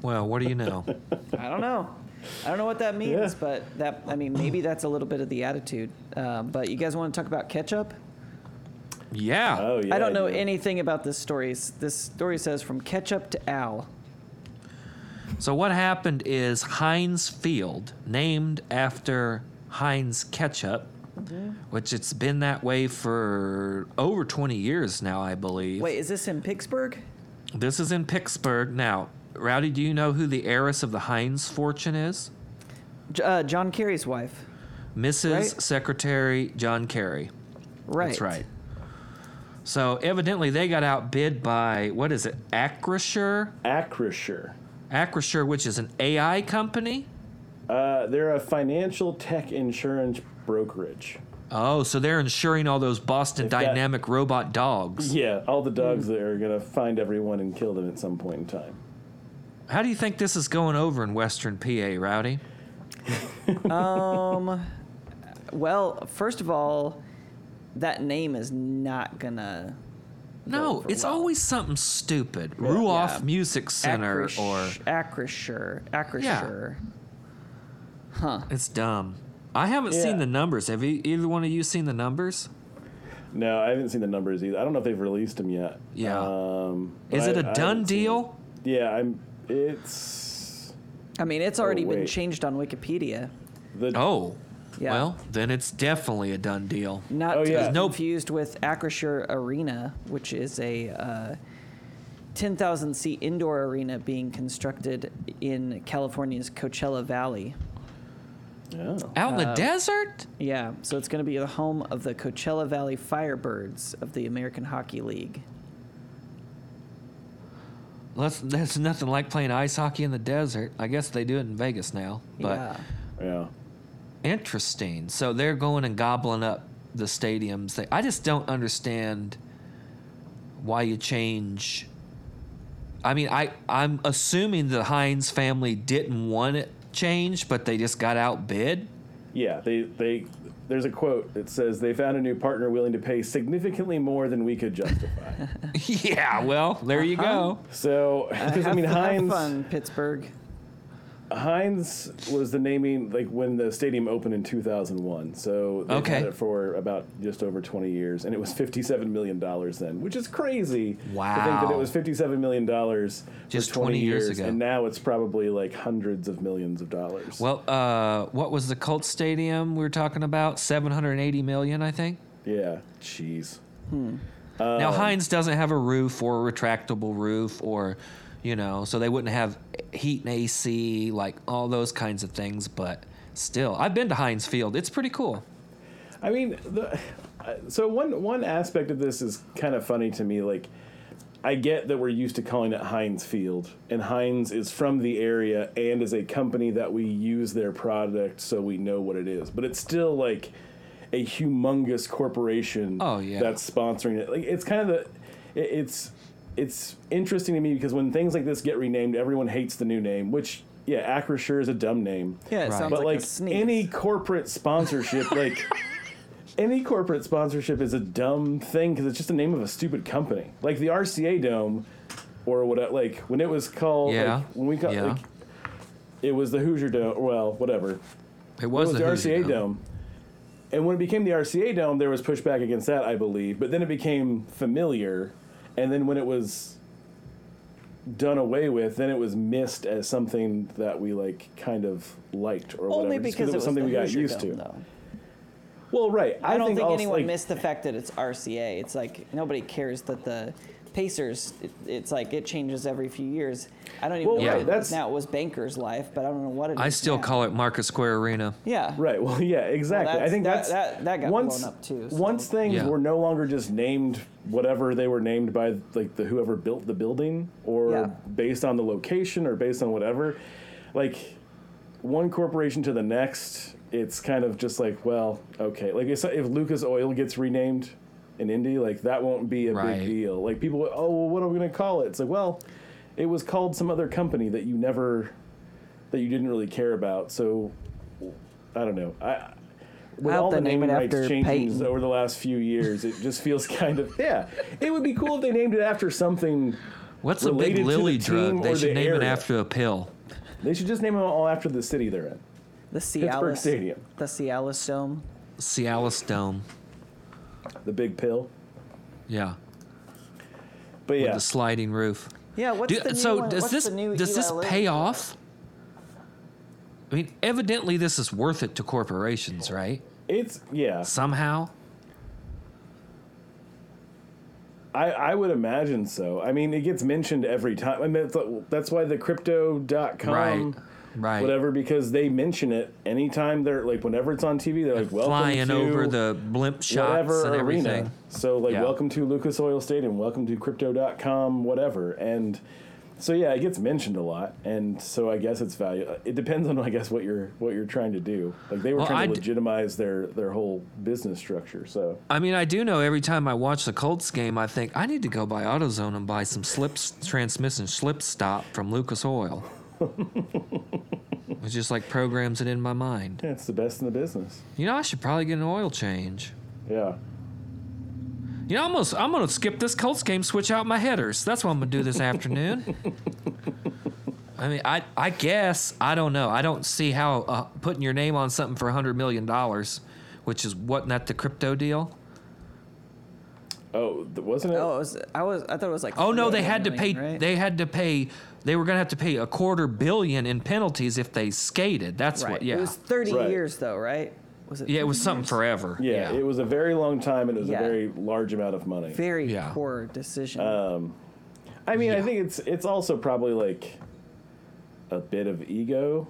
Speaker 2: Well, what do you know?
Speaker 1: I don't know. I don't know what that means,
Speaker 3: Yeah.
Speaker 1: but that I mean maybe that's a little bit of the attitude. Um, but you guys want to talk about ketchup?
Speaker 2: yeah.
Speaker 3: Oh yeah.
Speaker 1: I don't know
Speaker 3: do.
Speaker 1: anything about this story. S- This story says from ketchup to Al.
Speaker 2: So what happened is Heinz Field, named after Heinz ketchup, which it's been that way for over 20 years now, I believe.
Speaker 1: Wait, is this in Pittsburgh?
Speaker 2: This is in Pittsburgh now. Rowdy, do you know who the heiress of the Heinz fortune is?
Speaker 1: J- uh, John Kerry's wife.
Speaker 2: Mrs.
Speaker 1: Right.
Speaker 2: Secretary John Kerry.
Speaker 1: Right.
Speaker 2: That's right. So evidently they got outbid by what is it? Acrisure?
Speaker 3: Acrisure.
Speaker 2: Acrisure, which is an AI company?
Speaker 3: Uh, they're a financial tech insurance brokerage.
Speaker 2: Oh, so they're insuring all those Boston
Speaker 3: got-
Speaker 2: Dynamic robot dogs.
Speaker 3: Yeah, all the dogs
Speaker 2: Hmm.
Speaker 3: that are gonna find everyone and kill them at some point in time.
Speaker 2: How do you think this is going over in Western PA, Rowdy?
Speaker 1: Well, first of all, that name is not gonna.
Speaker 2: No,
Speaker 1: Go for
Speaker 2: it's
Speaker 1: well.
Speaker 2: always something stupid. Ruoff
Speaker 1: Yeah.
Speaker 2: Music Center
Speaker 1: Acris-
Speaker 2: or
Speaker 1: Acrisure. Acrisure.
Speaker 2: it's dumb. I haven't
Speaker 3: Yeah.
Speaker 2: seen the numbers. Have you, either one of you seen the numbers?
Speaker 3: No, I haven't seen the numbers either. I don't know if they've released them yet.
Speaker 2: Yeah.
Speaker 3: Um,
Speaker 2: Is it
Speaker 3: I- I
Speaker 2: a
Speaker 3: haven't
Speaker 2: done
Speaker 3: seen-
Speaker 2: deal?
Speaker 3: Yeah, I'm. It's
Speaker 1: I mean, it's already been
Speaker 3: Oh, wait.
Speaker 1: changed on Wikipedia.
Speaker 3: the
Speaker 2: Oh.
Speaker 1: Yeah.
Speaker 2: Well, then it's definitely a done deal.
Speaker 1: Not
Speaker 3: Oh,
Speaker 1: to
Speaker 3: yeah.
Speaker 1: be
Speaker 2: Nope.
Speaker 1: confused with Acrisure Arena, which is a uh, 10,000 seat indoor arena being constructed in California's Coachella Valley.
Speaker 3: Yeah.
Speaker 2: Out in
Speaker 3: Uh,
Speaker 2: the desert?
Speaker 1: Yeah, so it's going to be the home of the Coachella Valley Firebirds of the American Hockey League.
Speaker 2: That's, that's nothing like playing ice hockey in the desert. I guess they do it in Vegas now. But
Speaker 1: yeah.
Speaker 3: Yeah.
Speaker 2: Interesting. So they're going and gobbling up the stadiums. They, I just don't understand why you change. I mean, I I'm assuming the Heinz family didn't want it changed, but they just got outbid.
Speaker 3: Yeah. They they. There's a quote that says they found a new partner willing to pay significantly more than we could justify.
Speaker 2: yeah. Well, there you go.
Speaker 3: so because I mean
Speaker 1: have, have
Speaker 3: Heinz
Speaker 1: fun, Pittsburgh.
Speaker 3: Heinz was the naming like when the stadium opened in 2001. So they
Speaker 2: Okay.
Speaker 3: had it for about just over 20 years, and it was 57 million dollars then, which is crazy. To think that
Speaker 2: Wow.
Speaker 3: it was 57 million dollars
Speaker 2: Just
Speaker 3: for 20,
Speaker 2: 20 years
Speaker 3: years,
Speaker 2: ago.
Speaker 3: and now it's probably like hundreds of millions of dollars.
Speaker 2: Well, uh, what was the Colts stadium we were talking about? Seven hundred eighty million, I think.
Speaker 3: yeah, jeez.
Speaker 2: Now Heinz doesn't have a roof or a retractable roof or you know, so they wouldn't have heat and AC, like all those kinds of things, but still. I've been to Heinz Field. It's pretty cool.
Speaker 3: I mean, the, uh, so one one aspect of this is kind of funny to me. Like, I get that we're used to calling it Heinz Field, and Heinz is from the area and is a company that we use their product, so we know what it is. But it's still like a humongous corporation.
Speaker 2: Oh, yeah.
Speaker 3: that's sponsoring it. Like, it's kind of the it, it's it's interesting to me because when things like this get renamed, everyone hates the new name, which. Yeah, Acrisure is a dumb name
Speaker 1: Yeah, it
Speaker 2: Right.
Speaker 1: sounds
Speaker 3: but
Speaker 1: like,
Speaker 3: like,
Speaker 1: a sneeze.
Speaker 3: any corporate sponsorship, like any corporate sponsorship is a dumb thing because it's just the name of a stupid company. Like the RCA Dome, or what? Like when it was called,
Speaker 2: Yeah,
Speaker 3: like, when we got,
Speaker 2: yeah.
Speaker 3: like, it was the Hoosier Dome. Well, whatever.
Speaker 2: It was,
Speaker 3: it was
Speaker 2: the
Speaker 3: the
Speaker 2: Hoosier
Speaker 3: RCA Dome. And when it became the RCA Dome, there was pushback against that, I believe. But then it became familiar, and then when it was done away with, then it was missed as something that we like kind of liked or
Speaker 1: Only
Speaker 3: whatever. just
Speaker 1: because it was
Speaker 3: something
Speaker 1: the
Speaker 3: we got
Speaker 1: Hoosier
Speaker 3: used
Speaker 1: Dome,
Speaker 3: to.
Speaker 1: Though.
Speaker 3: Well, right. I,
Speaker 1: I, don't think,
Speaker 3: also,
Speaker 1: anyone
Speaker 3: like,
Speaker 1: missed the fact that it's RCA. It's like nobody cares that the Pacers. It, it's like it changes every few years. I don't even
Speaker 3: Well,
Speaker 1: know
Speaker 2: right,
Speaker 1: what it
Speaker 3: that's-
Speaker 1: is now. It was Banker's Life, but I don't know what it is.
Speaker 2: I still
Speaker 1: now.
Speaker 2: call it Marcus Square Arena.
Speaker 1: Yeah.
Speaker 3: Right. Well, yeah, exactly. I
Speaker 1: that's-
Speaker 3: think
Speaker 1: that-
Speaker 3: that's
Speaker 1: that- that got
Speaker 3: once,
Speaker 1: blown up too, so-
Speaker 3: Once things
Speaker 2: Yeah.
Speaker 3: were no longer just named whatever they were named by, like the whoever built the building, or
Speaker 1: Yeah.
Speaker 3: based on the location, or based on whatever, like one corporation to the next, it's kind of just like, well, okay. Like if, if Lucas Oil gets renamed in Indy, like that won't be a
Speaker 2: Right.
Speaker 3: big deal. Like people, oh, well, what are we going to call it? It's like, well, it was called some other company that you never, that you didn't really care about. So I don't know. I with
Speaker 1: Why don't
Speaker 3: all
Speaker 1: they
Speaker 3: the
Speaker 1: name
Speaker 3: naming
Speaker 1: it
Speaker 3: rights
Speaker 1: after
Speaker 3: changes
Speaker 1: Peyton?
Speaker 3: over the last few years, it just feels kind of yeah. It would be cool if they named it after something.
Speaker 2: What's a big
Speaker 3: Related to
Speaker 2: lily
Speaker 3: the
Speaker 2: drug?
Speaker 3: team
Speaker 2: They
Speaker 3: or
Speaker 2: should
Speaker 3: the
Speaker 2: name it
Speaker 3: area?
Speaker 2: after a pill.
Speaker 3: They should just name them all after the city they're in.
Speaker 1: The
Speaker 3: Pittsburgh
Speaker 1: Cialis,
Speaker 3: Stadium.
Speaker 1: the Cialis Dome.
Speaker 2: Cialis Dome.
Speaker 3: The Big Pill.
Speaker 2: Yeah.
Speaker 3: But yeah,
Speaker 2: With the sliding roof.
Speaker 1: Yeah, what's
Speaker 2: Do-
Speaker 1: the new
Speaker 2: so
Speaker 1: one?
Speaker 2: does
Speaker 1: what's
Speaker 2: this
Speaker 1: the new E
Speaker 2: does this
Speaker 1: ELA?
Speaker 2: pay off? I mean, evidently this is worth it to corporations, right?
Speaker 3: it's yeah.
Speaker 2: Somehow.
Speaker 3: I, I would imagine so. I mean, it gets mentioned every time. I mean, it's like- that's why the crypto.com,
Speaker 2: Right. Right.
Speaker 3: Um, whatever, because they mention it anytime they're like, whenever it's on TV, they're like, welcome
Speaker 2: Flying
Speaker 3: to
Speaker 2: over the blimp shots
Speaker 3: whatever
Speaker 2: and
Speaker 3: arena.
Speaker 2: everything.
Speaker 3: So like,
Speaker 2: Yeah.
Speaker 3: welcome to Lucas Oil Stadium, welcome to Crypto.com, whatever, and so yeah, it gets mentioned a lot, and so I guess it's value. It depends on I guess what you're what you're trying to do. Like they were
Speaker 2: Well,
Speaker 3: trying to
Speaker 2: I d-
Speaker 3: legitimize their their whole business structure. So
Speaker 2: I mean, I do know every time I watch the Colts game, I think I need to go by AutoZone and buy some slips transmission slip stop from Lucas Oil. it just like programs it in my mind.
Speaker 3: yeah, it's the best in the business.
Speaker 2: You know, I should probably get an oil change.
Speaker 3: Yeah.
Speaker 2: You know, almost I'm gonna skip this Colts game, switch out my headers. That's what I'm gonna do this afternoon. I mean, I I guess I don't know. I don't see how uh, putting your name on something for hundred million dollars, which is what not the crypto deal.
Speaker 3: Oh, th- wasn't it?
Speaker 1: Oh, it was, I was I thought it was like.
Speaker 2: Oh no, they
Speaker 1: 3
Speaker 2: had to pay.
Speaker 1: million, right?
Speaker 2: They had to pay. They were gonna have to pay a quarter billion in penalties if they skated. That's
Speaker 1: right.
Speaker 2: what. Yeah.
Speaker 1: It was thirty
Speaker 3: Right.
Speaker 1: years though, right? Was it?
Speaker 2: yeah, it
Speaker 1: 30
Speaker 2: was something
Speaker 1: years?
Speaker 2: forever.
Speaker 3: yeah, it was a very long time, and it was
Speaker 1: Yeah.
Speaker 3: a very large amount of money.
Speaker 1: Very
Speaker 2: Yeah.
Speaker 1: poor decision.
Speaker 3: I mean, I
Speaker 2: Yeah.
Speaker 3: think it's it's also probably like a bit of ego.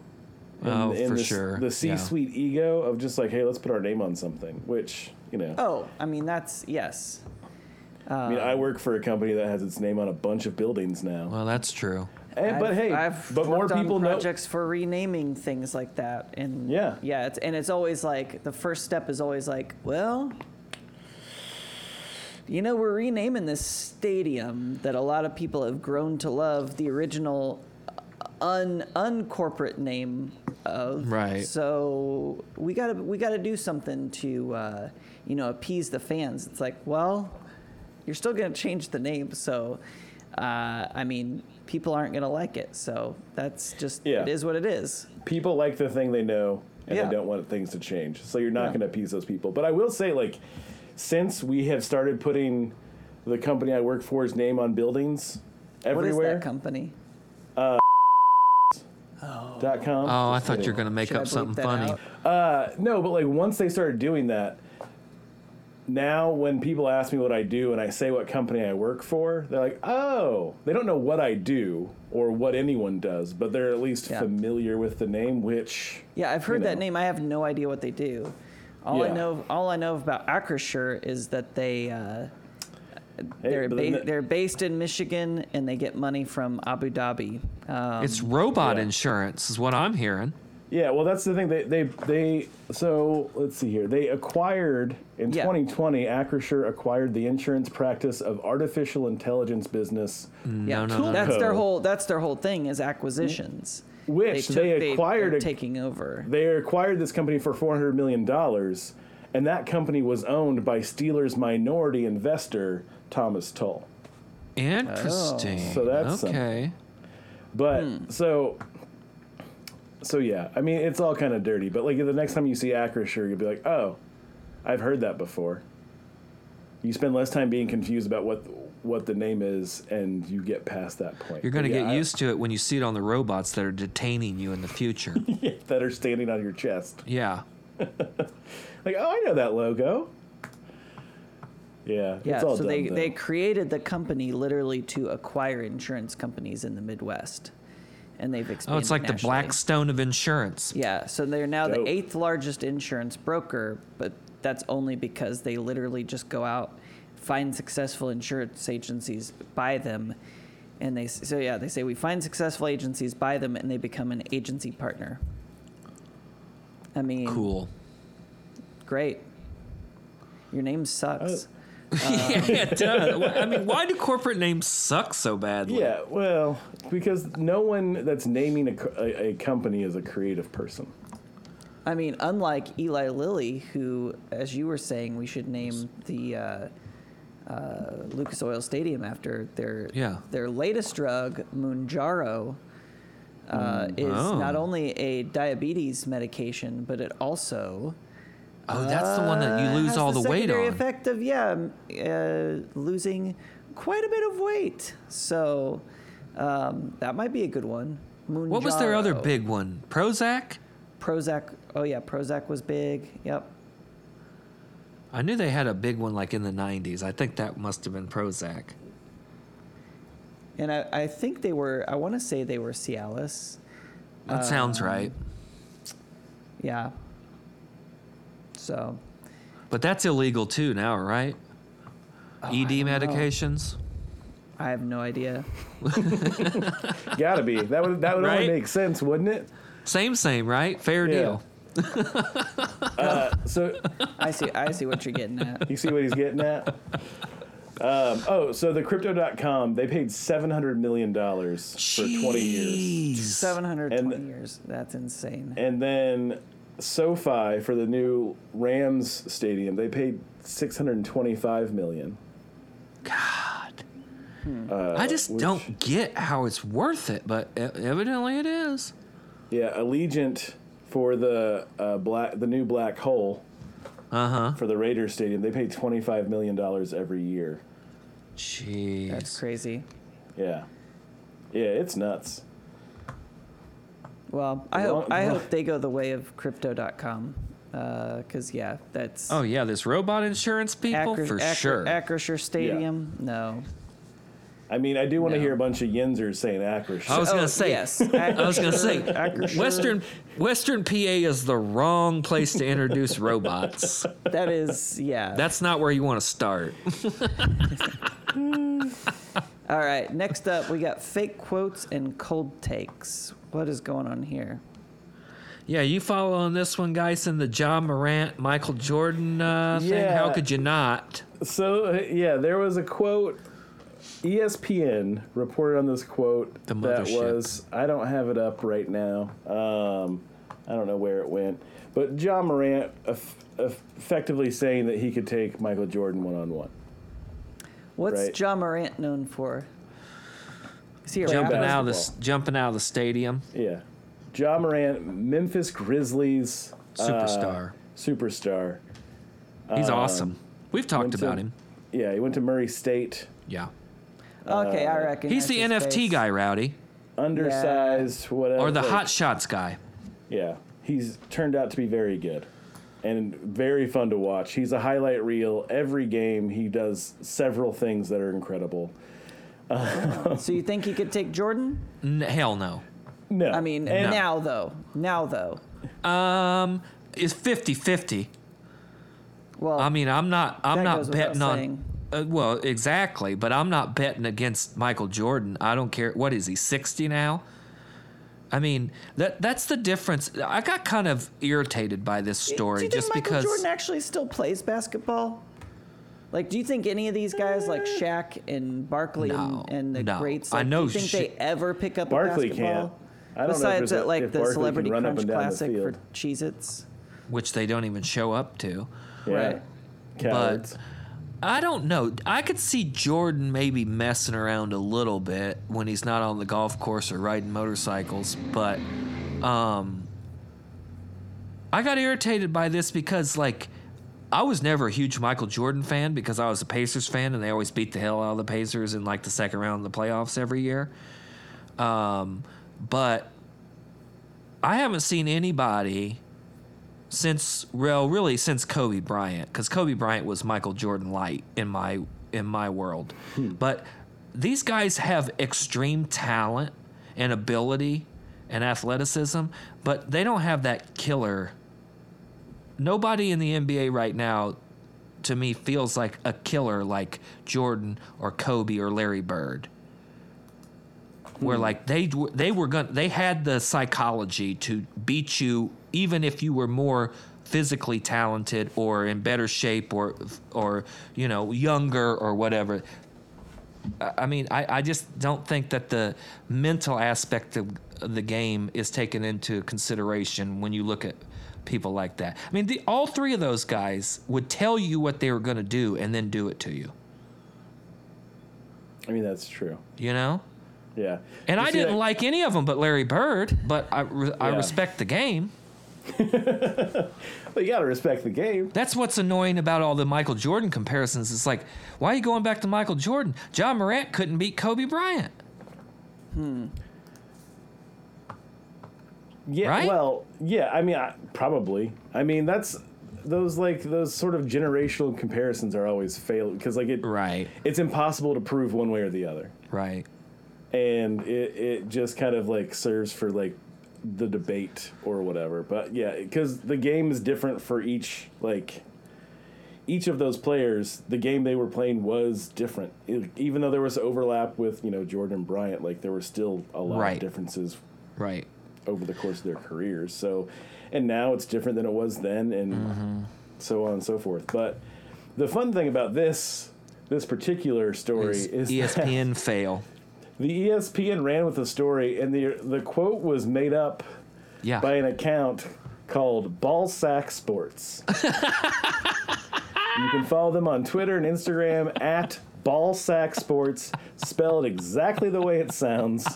Speaker 3: In,
Speaker 2: Oh, for
Speaker 3: the, s-
Speaker 2: sure. Yeah.
Speaker 3: The C-suite ego of just like, hey, let's put our name on something. Which you know,
Speaker 1: oh, I mean that's yes.
Speaker 3: I mean,
Speaker 1: Uh.
Speaker 3: I work for a company that has its name on a bunch of buildings now.
Speaker 2: Well, that's true.
Speaker 3: And, Eh, but
Speaker 1: I've-
Speaker 3: hey,
Speaker 1: I've
Speaker 3: but more
Speaker 1: worked on
Speaker 3: people know.
Speaker 1: projects for renaming things like that, and
Speaker 3: Yeah.
Speaker 1: yeah, it's, and it's always like the first step is always like, well, you know, we're renaming this stadium that a lot of people have grown to love, the original uh, un uncorporate name of,
Speaker 2: Right.
Speaker 1: So we gotta we gotta do something to uh, you know appease the fans. It's like, well, you're still going to change the name. So, uh, I mean, people aren't going to like it. So that's just
Speaker 3: Yeah.
Speaker 1: it is what it is.
Speaker 3: people like the thing they know and
Speaker 1: Yeah.
Speaker 3: they don't want things to change. So you're not
Speaker 1: Yeah.
Speaker 3: going to appease those people. But I will say, like, since we have started putting the company I work for's name on buildings
Speaker 1: What is
Speaker 3: everywhere
Speaker 1: that company?
Speaker 3: dot com.
Speaker 2: Oh, I thought you were gonna make
Speaker 1: Should I
Speaker 2: up something
Speaker 1: bleep that
Speaker 2: funny.
Speaker 1: out?
Speaker 3: Uh, no, but like once they started doing that, now when people ask me what I do and I say what company I work for, they're like, oh, they don't know what I do or what anyone does, but they're at least
Speaker 1: Yeah.
Speaker 3: familiar with the name, which
Speaker 1: Yeah, I've heard
Speaker 3: you
Speaker 1: that
Speaker 3: know.
Speaker 1: name. I have no idea what they do. All I
Speaker 3: Yeah.
Speaker 1: know, all I know about Acrisure is that they uh, they're
Speaker 3: but then
Speaker 1: ba-
Speaker 3: the-
Speaker 1: they're based in Michigan and they get money from Abu Dhabi. Um,
Speaker 2: It's robot
Speaker 3: Yeah.
Speaker 2: insurance, is what I'm hearing.
Speaker 3: Yeah, well, that's the thing. They they they. So let's see here. They acquired in
Speaker 1: Yeah.
Speaker 3: 2020. Acrisure acquired the insurance practice of artificial intelligence business,
Speaker 1: yeah,
Speaker 2: no, no,
Speaker 1: that's their
Speaker 3: no.
Speaker 1: whole that's their whole thing is acquisitions.
Speaker 3: which
Speaker 1: took-
Speaker 3: they,
Speaker 1: they're
Speaker 3: acquired. a-
Speaker 1: taking over.
Speaker 3: they acquired this company for 400 million dollars, and that company was owned by Steelers minority investor Thomas Tull.
Speaker 2: Interesting.
Speaker 3: Oh. So that's
Speaker 2: okay.
Speaker 3: But so. So yeah, I mean it's all kind of dirty, but like the next time you see Acrisure, you'll be like, "Oh, I've heard that before." You spend less time being confused about what what the name is, and you get past that point.
Speaker 2: You're gonna
Speaker 3: But yeah,
Speaker 2: get
Speaker 3: I-
Speaker 2: used to it when you see it on the robots that are detaining you in the future.
Speaker 3: that are standing on your chest.
Speaker 2: yeah.
Speaker 3: Like, oh, I know that logo. Yeah,
Speaker 1: Yeah,
Speaker 3: it's all
Speaker 1: so they,
Speaker 3: dumb,
Speaker 1: they
Speaker 3: though.
Speaker 1: created the company literally to acquire insurance companies in the Midwest, and they've expanded.
Speaker 2: Oh, it's like the
Speaker 1: nationally.
Speaker 2: Blackstone of insurance.
Speaker 1: Yeah, so they're now
Speaker 3: Dope.
Speaker 1: the eighth largest insurance broker, but that's only because they literally just go out, find successful insurance agencies, buy them, and they s- so yeah they say we find successful agencies, buy them, and they become an agency partner. I mean,
Speaker 2: Cool.
Speaker 1: great. Your name sucks.
Speaker 3: Uh.
Speaker 2: yeah, it does. Why- I mean, why do corporate names suck so badly?
Speaker 3: Yeah, well, because no one that's naming a, co- a, a company is a creative person.
Speaker 1: I mean, unlike Eli Lilly, who, as you were saying, we should name the uh, uh, Lucas Oil Stadium after their
Speaker 2: Yeah.
Speaker 1: their latest drug, Munjaro, uh, is
Speaker 2: Oh.
Speaker 1: not only a diabetes medication, but it also
Speaker 2: Oh, that's the one that
Speaker 1: uh,
Speaker 2: you lose
Speaker 1: has
Speaker 2: all
Speaker 1: the,
Speaker 2: the, weight
Speaker 1: secondary
Speaker 2: on.
Speaker 1: effect of yeah, m- uh, losing quite a bit of weight. So um, that might be a good one.
Speaker 2: What was their other
Speaker 1: Mounjaro.
Speaker 2: big one? Prozac?
Speaker 1: Prozac? Oh yeah, Prozac was big. Yep.
Speaker 2: I knew they had a big one like in the 90s. I think that must have been Prozac.
Speaker 1: And I, I think they were, I want to say they were Cialis.
Speaker 2: That
Speaker 1: Um.
Speaker 2: sounds right.
Speaker 1: Yeah. So,
Speaker 2: But that's illegal too now, right?
Speaker 1: Oh,
Speaker 2: ED medications?
Speaker 1: I have no idea.
Speaker 3: Gotta be. That would that would
Speaker 2: Right?
Speaker 3: only make sense, wouldn't it?
Speaker 2: Same, same, right? Fair
Speaker 3: Yeah.
Speaker 2: deal.
Speaker 3: So
Speaker 1: I see, I see what you're getting at.
Speaker 3: you see what he's getting at? Um, oh, so the crypto.com, they paid $700 million for 20
Speaker 2: Jeez.
Speaker 3: years.
Speaker 1: 720
Speaker 3: And-
Speaker 1: years. That's insane.
Speaker 3: And then SoFi for the new Rams stadium, they paid 625 million.
Speaker 2: God. I just don't get how it's worth it, but e- evidently it is.
Speaker 3: Yeah, Allegiant for the uh, black the new black hole
Speaker 2: Uh huh.
Speaker 3: for the Raiders stadium, they pay 25 million dollars every year.
Speaker 2: Jeez.
Speaker 1: That's crazy.
Speaker 3: Yeah. Yeah, it's nuts.
Speaker 1: Well, I
Speaker 3: Well,
Speaker 1: hope, I
Speaker 3: well-
Speaker 1: hope they go the way of crypto.com. Uh, cause yeah, that's
Speaker 2: Oh yeah, this robot insurance people
Speaker 1: Acro-
Speaker 2: for
Speaker 1: Acro-
Speaker 2: sure.
Speaker 1: Acrisure Stadium. No.
Speaker 3: I mean, I do want to
Speaker 2: No.
Speaker 3: hear a bunch of Yinzers saying Acker.
Speaker 2: I was
Speaker 1: Oh,
Speaker 2: gonna say.
Speaker 1: yes.
Speaker 2: I was gonna say
Speaker 1: Acrisure.
Speaker 2: Western Western PA is the wrong place to introduce robots.
Speaker 1: That is, yeah.
Speaker 2: That's not where you want to start.
Speaker 1: All right, next up we got fake quotes and cold takes. What is going on here?
Speaker 2: Yeah, you follow on this one, guys, in the John Morant, Michael Jordan uh, thing.
Speaker 3: Yeah.
Speaker 2: How could you not?
Speaker 3: So uh, yeah, there was a quote. E ESPN reported on this quote
Speaker 2: The
Speaker 3: that
Speaker 2: mothership.
Speaker 3: was I don't have it up right now. Um, I don't know where it went, but John Morant eff- eff- effectively saying that he could take Michael Jordan one on one.
Speaker 1: What's
Speaker 3: Right.
Speaker 1: John Morant known for? Is he a
Speaker 2: Jumping
Speaker 1: rapper?
Speaker 2: out of the s- jumping out of the stadium,
Speaker 3: Yeah, John Morant, Memphis Grizzlies uh,
Speaker 2: superstar.
Speaker 3: superstar.
Speaker 2: He's
Speaker 1: Um,
Speaker 2: awesome. We've talked
Speaker 3: Winston.
Speaker 2: about him.
Speaker 3: Yeah, he went to Murray State.
Speaker 2: Yeah,
Speaker 1: Okay, I reckon
Speaker 2: he's the NFT guy, Rowdy,
Speaker 3: Undersized, whatever.
Speaker 2: or the hot shots guy.
Speaker 3: Yeah, he's turned out to be very good and very fun to watch. He's a highlight reel. Every game, he does several things that are incredible.
Speaker 1: So you think he could take Jordan?
Speaker 2: N- hell no.
Speaker 3: No,
Speaker 1: I mean,
Speaker 3: and
Speaker 1: now though, now though.
Speaker 2: Um, it's 50-50.
Speaker 1: Well,
Speaker 2: I mean, I'm not. I'm
Speaker 1: That
Speaker 2: not
Speaker 1: goes without
Speaker 2: betting on.
Speaker 1: saying.
Speaker 2: Uh, well, exactly, but I'm not betting against Michael Jordan. I don't care. What is he? Sixty now. I mean, that that's the difference. I got kind of irritated by this
Speaker 1: do
Speaker 2: story
Speaker 1: you think
Speaker 2: just
Speaker 1: Michael
Speaker 2: because.
Speaker 1: Jordan actually still plays basketball? Like, do you think any of these guys,
Speaker 3: Uh,
Speaker 1: like Shaq and Barkley
Speaker 2: No,
Speaker 1: and, and the
Speaker 2: no.
Speaker 1: greats,
Speaker 2: I
Speaker 1: like,
Speaker 2: know
Speaker 1: do you think
Speaker 2: Sha-
Speaker 1: they ever pick up
Speaker 3: Barkley
Speaker 1: a basketball?
Speaker 3: can't. I don't know if
Speaker 1: Besides,
Speaker 3: there's a-
Speaker 1: at, like
Speaker 3: if
Speaker 1: the
Speaker 3: Barkley can
Speaker 1: Celebrity
Speaker 3: run up
Speaker 1: Crunch
Speaker 3: and down the
Speaker 1: Classic for
Speaker 3: field.
Speaker 1: Cheez-Its.
Speaker 2: which they don't even show up to.
Speaker 3: yeah,
Speaker 1: right.
Speaker 3: cowards.
Speaker 2: I don't know. I could see Jordan maybe messing around a little bit when he's not on the golf course or riding motorcycles, but um I got irritated by this because like I was never a huge Michael Jordan fan because I was a Pacers fan and they always beat the hell out of the Pacers in like the second round of the playoffs every year. Um but I haven't seen anybody since well really since Kobe Bryant because Kobe Bryant was Michael Jordan light in my in my world but these guys have extreme talent and ability and athleticism but they don't have that killer nobody in the NBA right now to me feels like a killer like Jordan or Kobe or Larry Bird where like they d- they were going to they had the psychology to beat you even if you were more physically talented or in better shape or or you know younger or whatever I I mean, I, I just don't think that the mental aspect of the game is taken into consideration when you look at people like that. I mean, the, all three of those guys would tell you what they were going to do and then do it to you,
Speaker 3: I mean, that's true.
Speaker 2: you know?
Speaker 3: Yeah.
Speaker 2: And
Speaker 3: You
Speaker 2: I
Speaker 3: see
Speaker 2: didn't
Speaker 3: that-
Speaker 2: like any of them but Larry Bird, but I, re- I
Speaker 3: Yeah.
Speaker 2: respect the game.
Speaker 3: But you gotta respect the game.
Speaker 2: That's what's annoying about all the Michael Jordan comparisons. It's like, why are you going back to Michael Jordan? John Morant couldn't beat Kobe Bryant.
Speaker 3: Yeah.
Speaker 2: Right?
Speaker 3: Well, yeah. I mean, I, probably. I mean, that's those like those sort of generational comparisons are always fail because like it
Speaker 2: Right,
Speaker 3: it's impossible to prove one way or the other,
Speaker 2: right.
Speaker 3: and it it just kind of like serves for like the debate or whatever. But yeah, because the game is different for each like. Each of those players, the game they were playing was different. E- even though there was overlap with you know Jordan and Bryant, like there were still a lot
Speaker 2: Right.
Speaker 3: of differences
Speaker 2: Right.
Speaker 3: over the course of their careers. So, and now it's different than it was then, and so on and so forth. But the fun thing about this this particular story is,
Speaker 2: E
Speaker 3: that
Speaker 2: ESPN fail.
Speaker 3: the E ESPN ran with the story, and the the quote was made up
Speaker 2: Yeah.
Speaker 3: by an account called Ballsack Sports. you can follow them on Twitter and Instagram at Ballsack Sports, spelled exactly the way it sounds.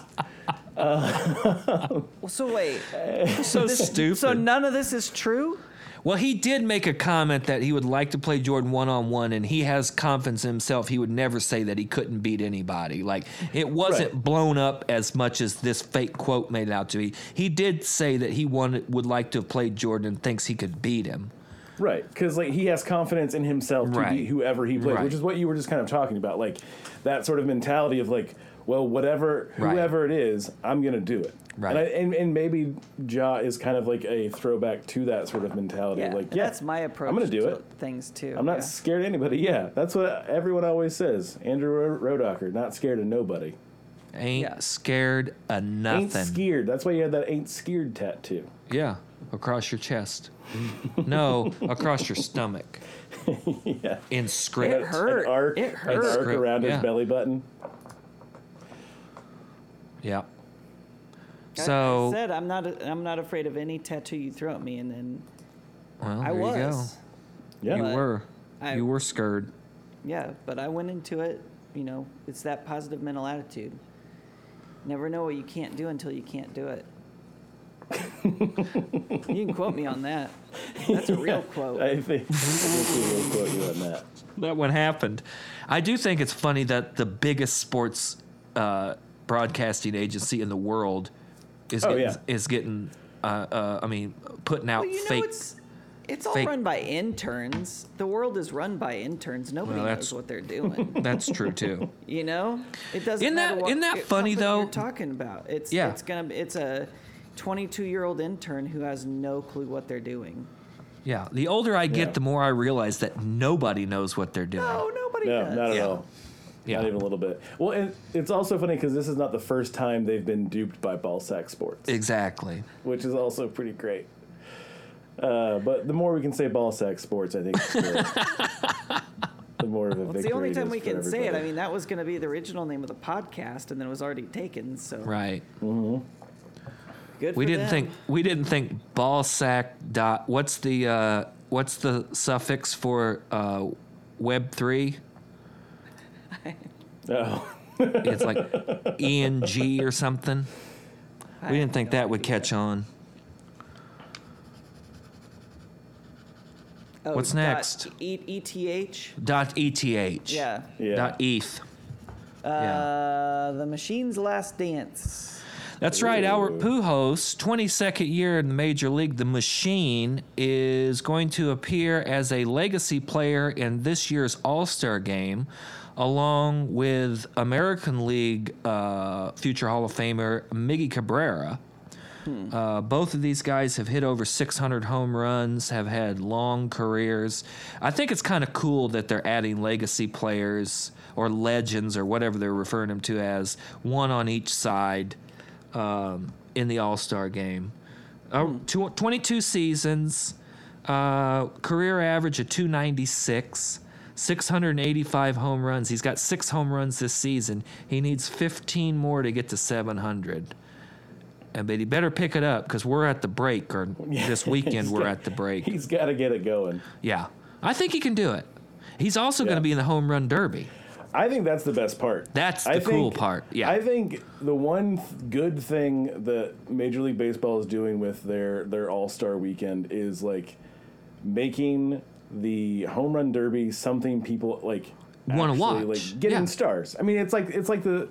Speaker 1: Well, so wait.
Speaker 2: so stupid.
Speaker 1: So none of this is true.
Speaker 2: well, he did make a comment that he would like to play Jordan one on one, and he has confidence in himself. He would never say that he couldn't beat anybody. Like it wasn't
Speaker 3: Right.
Speaker 2: blown up as much as this fake quote made it out to be. He did say that he wanted, would like to have played Jordan and thinks he could beat him.
Speaker 3: Right, because like he has confidence in himself to
Speaker 2: Right.
Speaker 3: beat whoever he plays,
Speaker 2: Right.
Speaker 3: which is what you were just kind of talking about, like that sort of mentality of like, well, whatever,
Speaker 2: Right.
Speaker 3: whoever it is, I'm gonna do it.
Speaker 2: Right.
Speaker 3: And, I, and and maybe Ja is kind of like a throwback to that sort of mentality.
Speaker 1: Yeah,
Speaker 3: like, yeah,
Speaker 1: that's my approach.
Speaker 3: I'm gonna do
Speaker 1: to
Speaker 3: it.
Speaker 1: Things too.
Speaker 3: I'm not
Speaker 1: yeah.
Speaker 3: scared of anybody. Yeah, that's what everyone always says. Andrew Ro- Rodocker, not scared of nobody.
Speaker 2: Ain't
Speaker 1: Yeah.
Speaker 2: scared of
Speaker 3: Ain't
Speaker 2: nothing.
Speaker 3: scared. That's why you had that ain't scared tattoo.
Speaker 2: yeah, across your chest. no, across your stomach.
Speaker 3: yeah.
Speaker 2: In script.
Speaker 1: It hurt.
Speaker 3: An arc,
Speaker 1: It
Speaker 3: An
Speaker 1: hurt.
Speaker 3: arc around
Speaker 2: Yeah.
Speaker 3: his belly button.
Speaker 2: Yeah.
Speaker 1: I-
Speaker 2: So
Speaker 1: I said I'm not. I'm not afraid of any tattoo you throw at me, and then
Speaker 2: well,
Speaker 1: I
Speaker 2: Oh, there
Speaker 1: was.
Speaker 2: you go.
Speaker 3: Yeah.
Speaker 2: You were.
Speaker 1: I-
Speaker 2: you were scared.
Speaker 1: Yeah, but I went into it, you know, it's that positive mental attitude. Never know what you can't do until you can't do it. you can quote me on that. That's a real quote.
Speaker 3: I think I think we will quote you on that.
Speaker 2: That one happened. I do think it's funny that the biggest sports uh, broadcasting agency in the world is
Speaker 3: Oh,
Speaker 2: getting,
Speaker 3: yeah.
Speaker 2: is getting. Uh, uh, I mean, putting out
Speaker 1: Well, you know,
Speaker 2: fake.
Speaker 1: it's it's all
Speaker 2: fake-
Speaker 1: run by interns. The world is run by interns. Nobody
Speaker 2: Well, that's-
Speaker 1: knows what they're doing.
Speaker 2: That's true too.
Speaker 1: You know, it doesn't.
Speaker 2: Isn't that-
Speaker 1: matter what,
Speaker 2: isn't that
Speaker 1: it-
Speaker 2: funny,
Speaker 1: company
Speaker 2: though?
Speaker 1: You're talking about it's
Speaker 2: Yeah.
Speaker 1: it's gonna be- it's a 22 year old intern who has no clue what they're doing.
Speaker 2: Yeah. The older I get,
Speaker 3: Yeah.
Speaker 2: the more I realize that nobody knows what they're doing.
Speaker 1: No, nobody
Speaker 3: No,
Speaker 1: does.
Speaker 3: not at
Speaker 2: Yeah.
Speaker 3: all.
Speaker 2: yeah.
Speaker 3: Not even a little bit. Well, and it's also funny because this is not the first time they've been duped by Ballsack Sports,
Speaker 2: Exactly.
Speaker 3: which is also pretty great. Uh, but the more we can say Ballsack Sports, I think, the, the more of a victory.
Speaker 1: It's the only
Speaker 3: it
Speaker 1: time
Speaker 3: is
Speaker 1: we
Speaker 3: for
Speaker 1: can say it. I
Speaker 3: everybody.
Speaker 1: mean, that was going to be the original name of the podcast, and then it was already taken. So
Speaker 2: Right.
Speaker 3: Mm-hmm.
Speaker 1: good.
Speaker 2: We
Speaker 1: for
Speaker 2: didn't
Speaker 1: them.
Speaker 2: think. We didn't think ball sack dot. What's the uh, what's the suffix for uh, Web three?
Speaker 3: Oh,
Speaker 2: it's like ENG or something.
Speaker 1: I
Speaker 2: We
Speaker 1: have
Speaker 2: didn't think
Speaker 1: no
Speaker 2: that would
Speaker 1: idea.
Speaker 2: catch on.
Speaker 1: Oh,
Speaker 2: What's
Speaker 1: dot
Speaker 2: next?
Speaker 1: E- ETH.
Speaker 2: Dot ETH.
Speaker 1: Yeah.
Speaker 3: yeah.
Speaker 2: Dot E ETH.
Speaker 1: Uh, the Machine's Last Dance.
Speaker 2: That's right. Albert
Speaker 3: Ooh.
Speaker 2: Pujols, 22nd year in the major league, the Machine is going to appear as a legacy player in this year's All Star Game, along with American League uh, future Hall of Famer Miggy Cabrera. Uh, both of these guys have hit over 600 home runs, have had long careers. I think it's kind of cool that they're adding legacy players or legends or whatever they're referring them to as, one on each side um, in the All Star game. Uh, tw- 22 seasons, uh, career average of 296, 685 home runs. He's got six home runs this season. He needs 15 more to get to 700. And but he better pick it up because we're at the break, or this weekend
Speaker 3: He's
Speaker 2: we're
Speaker 3: got-
Speaker 2: at the break.
Speaker 3: He's got to get it going.
Speaker 2: Yeah, I think he can do it. He's also going
Speaker 3: Yeah.
Speaker 2: to be in the home run derby.
Speaker 3: I think that's the best part.
Speaker 2: That's
Speaker 3: I
Speaker 2: the cool part, yeah.
Speaker 3: I think the one th- good thing that Major League Baseball is doing with their their All Star Weekend is like making the home run derby something people like
Speaker 2: Wanna
Speaker 3: actually,
Speaker 2: watch,
Speaker 3: like getting
Speaker 2: yeah.
Speaker 3: stars. I mean, it's like it's like the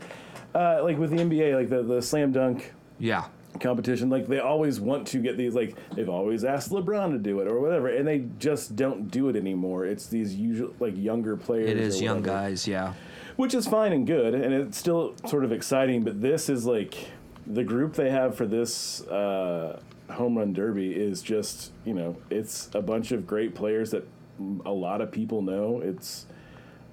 Speaker 3: uh, like with the NBA, like the the slam dunk
Speaker 2: Yeah,
Speaker 3: competition. Like they always want to get these. Like they've always asked LeBron to do it or whatever, and they just don't do it anymore. It's these usual like younger players.
Speaker 2: it
Speaker 3: or
Speaker 2: is young
Speaker 3: whatever
Speaker 2: guys. Yeah,
Speaker 3: which is fine and good, and it's still sort of exciting. But this is like the group they have for this uh, home run derby is just you know it's a bunch of great players that a lot of people know. It's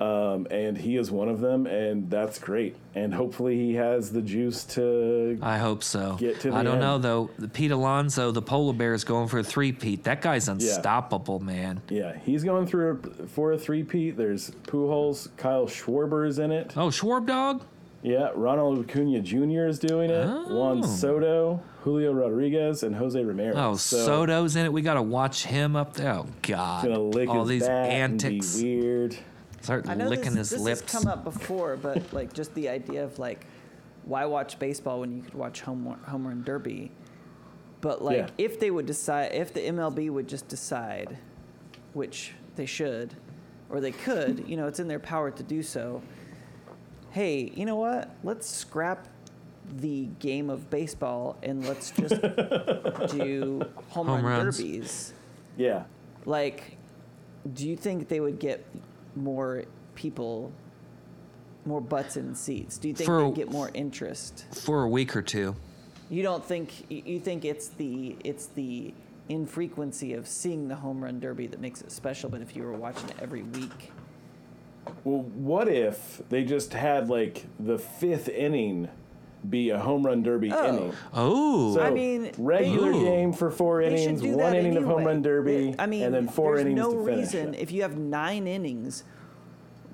Speaker 3: um, and he is one of them, and that's great. And hopefully he has the juice to.
Speaker 2: I hope so.
Speaker 3: Get to
Speaker 2: I
Speaker 3: the
Speaker 2: don't
Speaker 3: end.
Speaker 2: know though. The Pete Alonso, the polar bear, is going for a three Pete. That guy's unstoppable, man.
Speaker 3: Yeah, he's going through a, for a three-peat. There's Pujols, Kyle Schwarber is in it.
Speaker 2: Oh, Schwarb dog.
Speaker 3: Yeah, Ronald Acuna Jr. is doing it. Juan
Speaker 2: Oh.
Speaker 3: Soto, Julio Rodriguez, and Jose Ramirez.
Speaker 2: Oh, Soto's in it. We got to watch him up there. Oh God,
Speaker 3: Gonna lick
Speaker 2: all
Speaker 3: his
Speaker 2: these
Speaker 3: bat
Speaker 2: antics.
Speaker 3: And be weird.
Speaker 2: Start
Speaker 1: I know
Speaker 2: licking
Speaker 1: this,
Speaker 2: his
Speaker 1: this
Speaker 2: lips.
Speaker 1: has come up before, but like just the idea of like, why watch baseball when you could watch home run- home run derby? But like,
Speaker 3: Yeah.
Speaker 1: if they would decide, if the MLB would just decide, which they should, or they could, you know, it's in their power to do so. Hey, you know what? Let's scrap the game of baseball and let's just do home,
Speaker 2: Home
Speaker 1: run
Speaker 2: runs.
Speaker 1: derbies
Speaker 3: Yeah.
Speaker 1: like do you think they would get more people more butts in seats do you think
Speaker 2: For-
Speaker 1: they get more interest
Speaker 2: for a week or two.
Speaker 1: you don't think you you think it's the it's the infrequency of seeing the home run derby that makes it special but if you were watching it every week
Speaker 3: Well, what if they just had like the fifth inning be a home run derby
Speaker 1: Oh.
Speaker 3: inning?
Speaker 2: Oh,
Speaker 3: So
Speaker 1: I mean,
Speaker 3: regular
Speaker 2: they-
Speaker 3: game for four
Speaker 1: They should
Speaker 3: innings,
Speaker 1: do
Speaker 3: one
Speaker 1: that
Speaker 3: inning of home
Speaker 1: anyway.
Speaker 3: run derby,
Speaker 1: I mean,
Speaker 3: and then four
Speaker 1: there's
Speaker 3: innings
Speaker 1: no
Speaker 3: to finish.
Speaker 1: reason if you have nine innings,